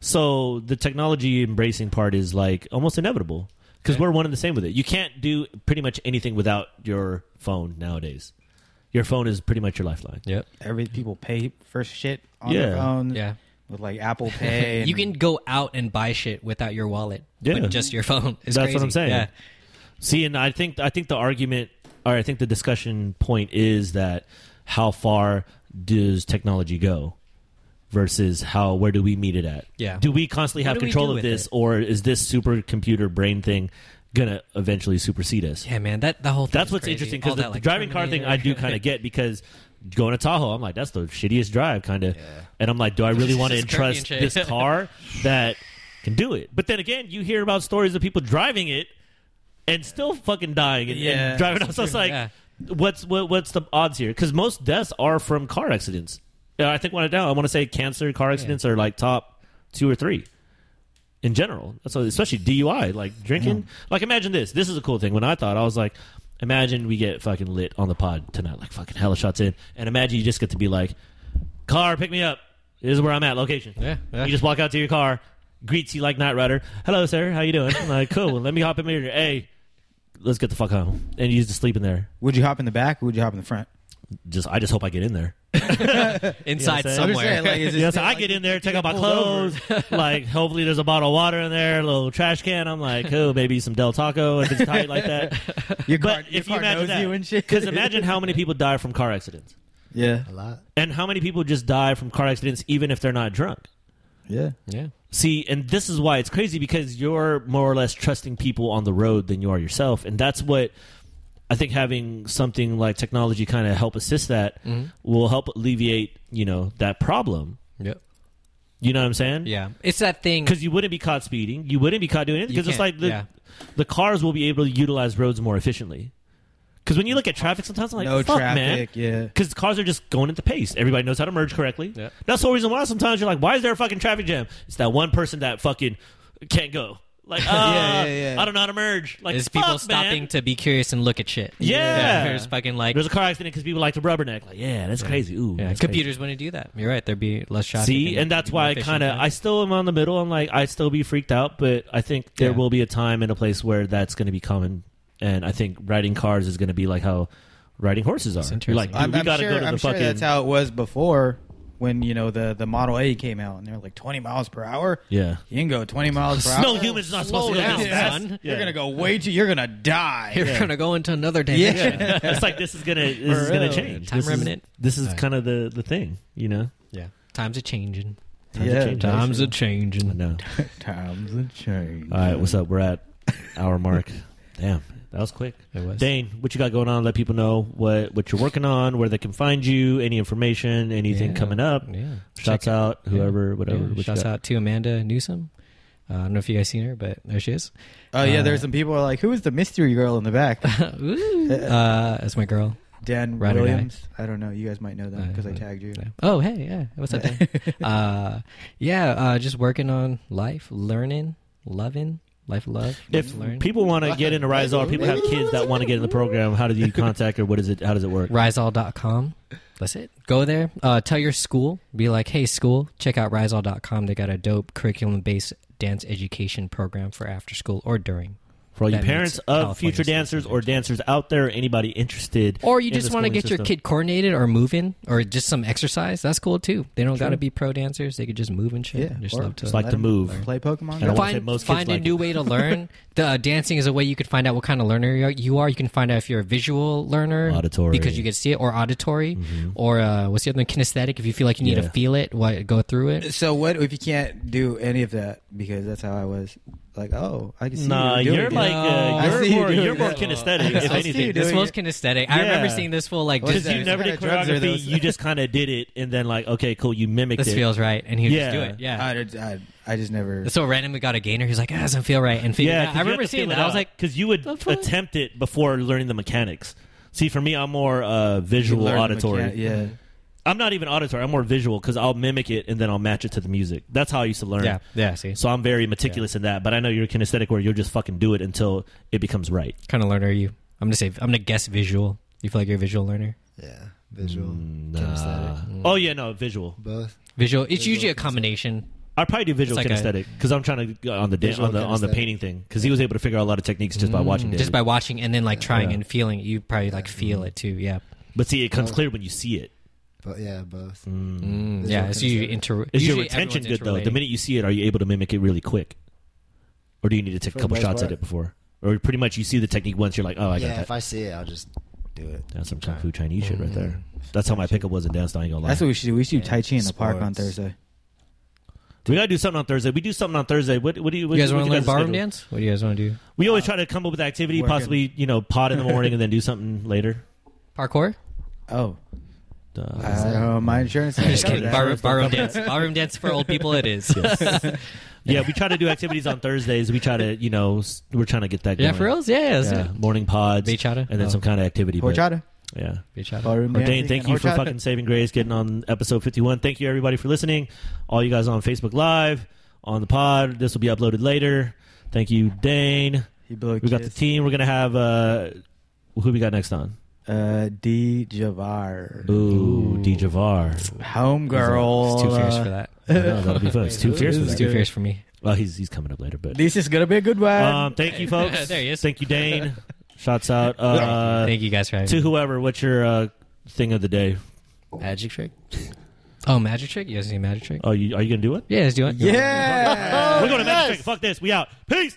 So the technology embracing part is like almost inevitable because we're one and the same with it. You can't do pretty much anything without your phone nowadays. Your phone is pretty much your lifeline.
Yep.
Every people pay for shit on their
Yeah.
phone.
Yeah.
with like Apple Pay.
<laughs> You
and-
can go out and buy shit without your wallet,
Yeah.
but just your phone. It's
That's what
crazy.
I'm saying.
Yeah.
See, and I think I think the argument, or I think the discussion point is that how far does technology go versus how where do we meet it at?
Yeah.
Do we constantly
What
have
do we
control
do
of
with
this,
it?
or is this supercomputer brain thing gonna eventually supersede us?
Yeah, man. That the whole thing
That's
is
what's
crazy.
interesting because
All
the,
that, like,
driving car thing I do
Terminator.
kind
<laughs>
of get because going to Tahoe, I'm like, that's the shittiest drive, kind of. And I'm like, do I really want to
Just curvy and
entrust
shit.
this
<laughs>
car that can do it? But then again, you hear about stories of people driving it and still fucking dying and, and
Yeah.
<laughs>
driving. So it's like,
Yeah.
what's what, what's the odds here? Because most deaths are from car accidents. Uh, I think when I down, I want to say cancer, car accidents are like top two or three in general. So especially DUI, like drinking. Like imagine this. This is a cool thing. When I thought I was like, imagine we get fucking lit on the pod tonight, like fucking hella shots in, and imagine you just get to be like, car, pick me up. This is where I'm at. Location.
Yeah, yeah.
You just walk out to your car, greets you like Knight Rider. Hello, sir. How you doing? I'm like, cool. Let me hop in here. Hey, let's get the fuck home. And you just sleep in there.
would you hop in the back? or Would you hop in the front?
Just I just hope I get in there.
inside
Yeah, so-
I'm just
somewhere.
saying, like, is
<laughs>
it
You know, so
still,
I
like,
get in there,
you
take
get
out my
pulled over?
clothes.
<laughs>
like, hopefully, there's a bottle of water in there, a little trash can. I'm like, oh, maybe some Del Taco if it's tight like
<laughs>
that.
Your car,
but
your
if you
car
imagine
knows
that,
you
<laughs>
and shit.
because imagine how many people die from car accidents,
yeah,
A lot.
and how many people just die from car accidents even if they're not drunk.
yeah.
yeah.
See, and this is why it's crazy because you're more or less trusting people on the road than you are yourself, and that's what I think having something like technology kind of help assist that
Mm-hmm.
will help alleviate, you know, that problem.
Yep.
You know what I'm saying?
Yeah. It's that thing.
because Mm. you wouldn't be caught speeding, you wouldn't be caught doing it
You
because it's
can't,
like the
yeah.
the cars will be able to utilize roads more efficiently. Because when you look at traffic, sometimes I'm like,
no
fuck, man.
traffic. Yeah,
Because cars are just going at the pace. Everybody knows how to merge correctly.
Yeah.
That's the whole reason why sometimes you're like, why is there a fucking traffic jam? It's that one person that fucking can't go.
<laughs>
Like, uh,
yeah, yeah.
I don't know how to merge. Like,
Is
fuck,
people
man.
stopping to be curious and look at shit.
Yeah.
There's fucking like
There's a car accident because people like to rubberneck. Like, yeah, that's crazy. Ooh,
yeah,
that's crazy.
computers wouldn't do that. You're right. There'd be less traffic.
See, and
it'd
that's
be more
why I
efficient,
kind of
yeah.
I still am on the middle. I'm like I still be freaked out, but I think there
Yeah.
will be a time and a place where that's going to be common. And I think riding cars is going to be like how riding horses are.
interesting.
You're like, dude,
I'm,
we
I'm
got to
sure.
go to the
I'm sure
fucking.
that's how it was before when you know the the Model A came out and they were like 20 miles per hour.
yeah.
You can go 20 miles per hour.
No human's not
Slow
supposed to
down,
go
Yes.
down.
son.
Yeah.
You're gonna go way too. You're gonna die.
<laughs>
<laughs>
<laughs> You're gonna go into another dimension.
it's like this is gonna this is
<laughs>
gonna
real.
change.
Time
this
remnant.
Is, this is kind of the the thing, you know.
yeah. Times are changing.
Times are
Yeah.
changing.
Times are
Mm.
changing.
I know.
Times have changed.
All right, what's up? We're at hour mark. Damn, that was quick.
It was.
Dane, what you got going on? Let people know what what you're working on, where they can find you, any information, anything
Yeah.
coming up.
Yeah.
Shouts
Check it-
out whoever,
yeah.
whatever.
Yeah.
what you
Shouts
got.
out to Amanda Newsom. Uh, I don't know if you guys seen her, but there she is.
Oh yeah,
Uh,
there's some people who are like, who is the mystery girl in the back?
<laughs> Ooh. uh, that's my girl.
Dan
Ride or die.
Williams. I don't know. You guys might know them
Uh,
because I
uh,
tagged you.
Oh, hey, yeah. What's up, Dan? uh, yeah, uh, just working on life, learning, loving, life, love.
If
learn.
people want to get into Rise All, people have kids that want to get in the program. How do you contact or what is it? How does it work?
Riseall.com. That's it. Go there. Uh, tell your school. Be like, hey, school, check out Riseall.com. They got a dope curriculum based dance education program for after school or during.
For all you
That makes
parents of
California
future
sense.
dancers or dancers out there, anybody interested,
Or you
in
just
the
want to
schooling
get your
system.
kid coordinated or moving or just some exercise. That's cool too. They don't got to be pro dancers. They could just move and shit.
Yeah,
just
or
love to
just like
Let
to
them
move.
Play Pokemon.
And I
Go.
wanna
find
say most kids
find a
like
new
it. <laughs>
way to learn. the uh, dancing is a way you can find out what kind of learner you are- you are. You can find out if you're a visual learner,
Auditory. Mm-hmm.
because you can see it, or auditory, or uh, what's the other one? kinesthetic. If you feel like you need
Yeah.
to feel it, what, go through it.
So what if you can't do any of that? Because that's how I was. Like, oh, I can see.
Nah,
you doing
you're
it.
like
No.
uh,
I
you're
see you
more
doing
you're more <laughs>
that.
kinesthetic.
I
if
see you
anything,
doing
This
it.
was kinesthetic. I remember
Yeah.
seeing this fool like uh,
What
this.
is
because
that?
you
What
never
kind
did
of drugs are
choreography,
those?
you just kind of did it, and then like, okay, cool, you mimicked
This
it.
feels right, and he would just do
Yeah.
it. Yeah.
I, I, I just never.
so randomly got a gainer. He's like, ah, doesn't feel right, and figured
yeah,
it out. I remember seeing that. I was like,
because you would
"The fuck?"
attempt it before learning the mechanics. See, for me, I'm more uh,
you
visual
learn the
auditory.
mechan- Yeah.
I'm not even auditory. I'm more visual because I'll mimic it and then I'll match it to the music. That's how I used to learn.
yeah, yeah. See,
So I'm very meticulous in that. But I know you're kinesthetic where you'll just fucking do it until it becomes right.
kind of learner are you? I'm gonna say. I'm gonna guess visual. You feel like you're a visual learner.
Yeah, visual,
Mm,
kinesthetic,
nah. Oh yeah, no visual.
both.
Visual. It's
Visual
usually a
concept.
combination.
I probably do visual
It's like
kinesthetic because I'm trying to go on the da-
Visual
on the on the
kinesthetic.
painting thing because he was able to figure out a lot of techniques just by
Mm,
watching.
just
David.
by watching, and then like trying
Yeah.
and feeling. it. You probably like feel it too. Yeah.
but see, it comes
Oh.
clear when you see it.
But yeah, both.
Mm.
Mm,
Visual
yeah. It's
concept.
usually inter.
Is your
usually
retention good
everyone's
though? The
interrelated.
minute you see it, are you able to mimic it really quick, or do you need to take a
For the
couple
most
shots at
part.
it before, or pretty much you see the technique once, you're like, oh, I
yeah,
got
if
that.
I see it, I'll just do it.
That's some kung fu Chinese shit right
Mhm.
there.
Mm-hmm.
That's how my pickup was in dance. I ain't gonna lie.
That's what we should do. We should do
Yeah.
Tai Chi in the park on
Sports.
Thursday.
we gotta do something on Thursday. We do something on Thursday. What, what do you? What,
You guys
what
want to
do
learn ballroom
schedule?
dance? What do you guys want to do?
We
Uh,
always try to come up with activity,
Working.
possibly you know, pot in the morning and then do something <laughs> later. <laughs>
Parkour?
Oh,
Uh,
uh, my
<laughs>
insurance.
I'm just
covered
kidding.
that.
Bar,
<laughs>
barroom dance. Barroom dance for old people. It is. <laughs>
yeah, we try to do activities on Thursdays. We try to, you know, s- we're trying to get that.
yeah,
going.
for reals. Yeah.
Yeah,
yeah.
morning pods,
Bachata?
and then
Oh.
some kind of activity. but-
Horchata.
Yeah.
Beach out.
Ballroom
Well, Dane,
dancing
thank
and
you for
horchata.
fucking saving grace, getting on episode 51. Thank you, everybody, for listening. All you guys on Facebook Live, on the pod. This will be uploaded later. Thank you, Dane.
He blew a
We got the
kiss.
team. We're going to have, uh, who we got next on?
Uh, D. Javar.
Ooh,
Ooh.
D. Javar.
Homegirl.
It's too fierce
uh,
for that.
I know, that'll be fun. It's <laughs> too fierce for
It's
that.
too fierce for me.
Well, he's, he's coming up later, but.
This is gonna be a good one.
Um, thank you, folks.
<laughs> There he is.
Thank you, Dane. Shouts out. Uh,
Thank you guys for having
to
me.
whoever, what's your uh, thing of the day?
Magic trick. Oh.
Oh, magic trick. You guys see magic trick?
Oh, you, are you going to do it?
Yeah, let's do it.
yeah.
We're going to Magic Trick. Fuck this. We out. Peace.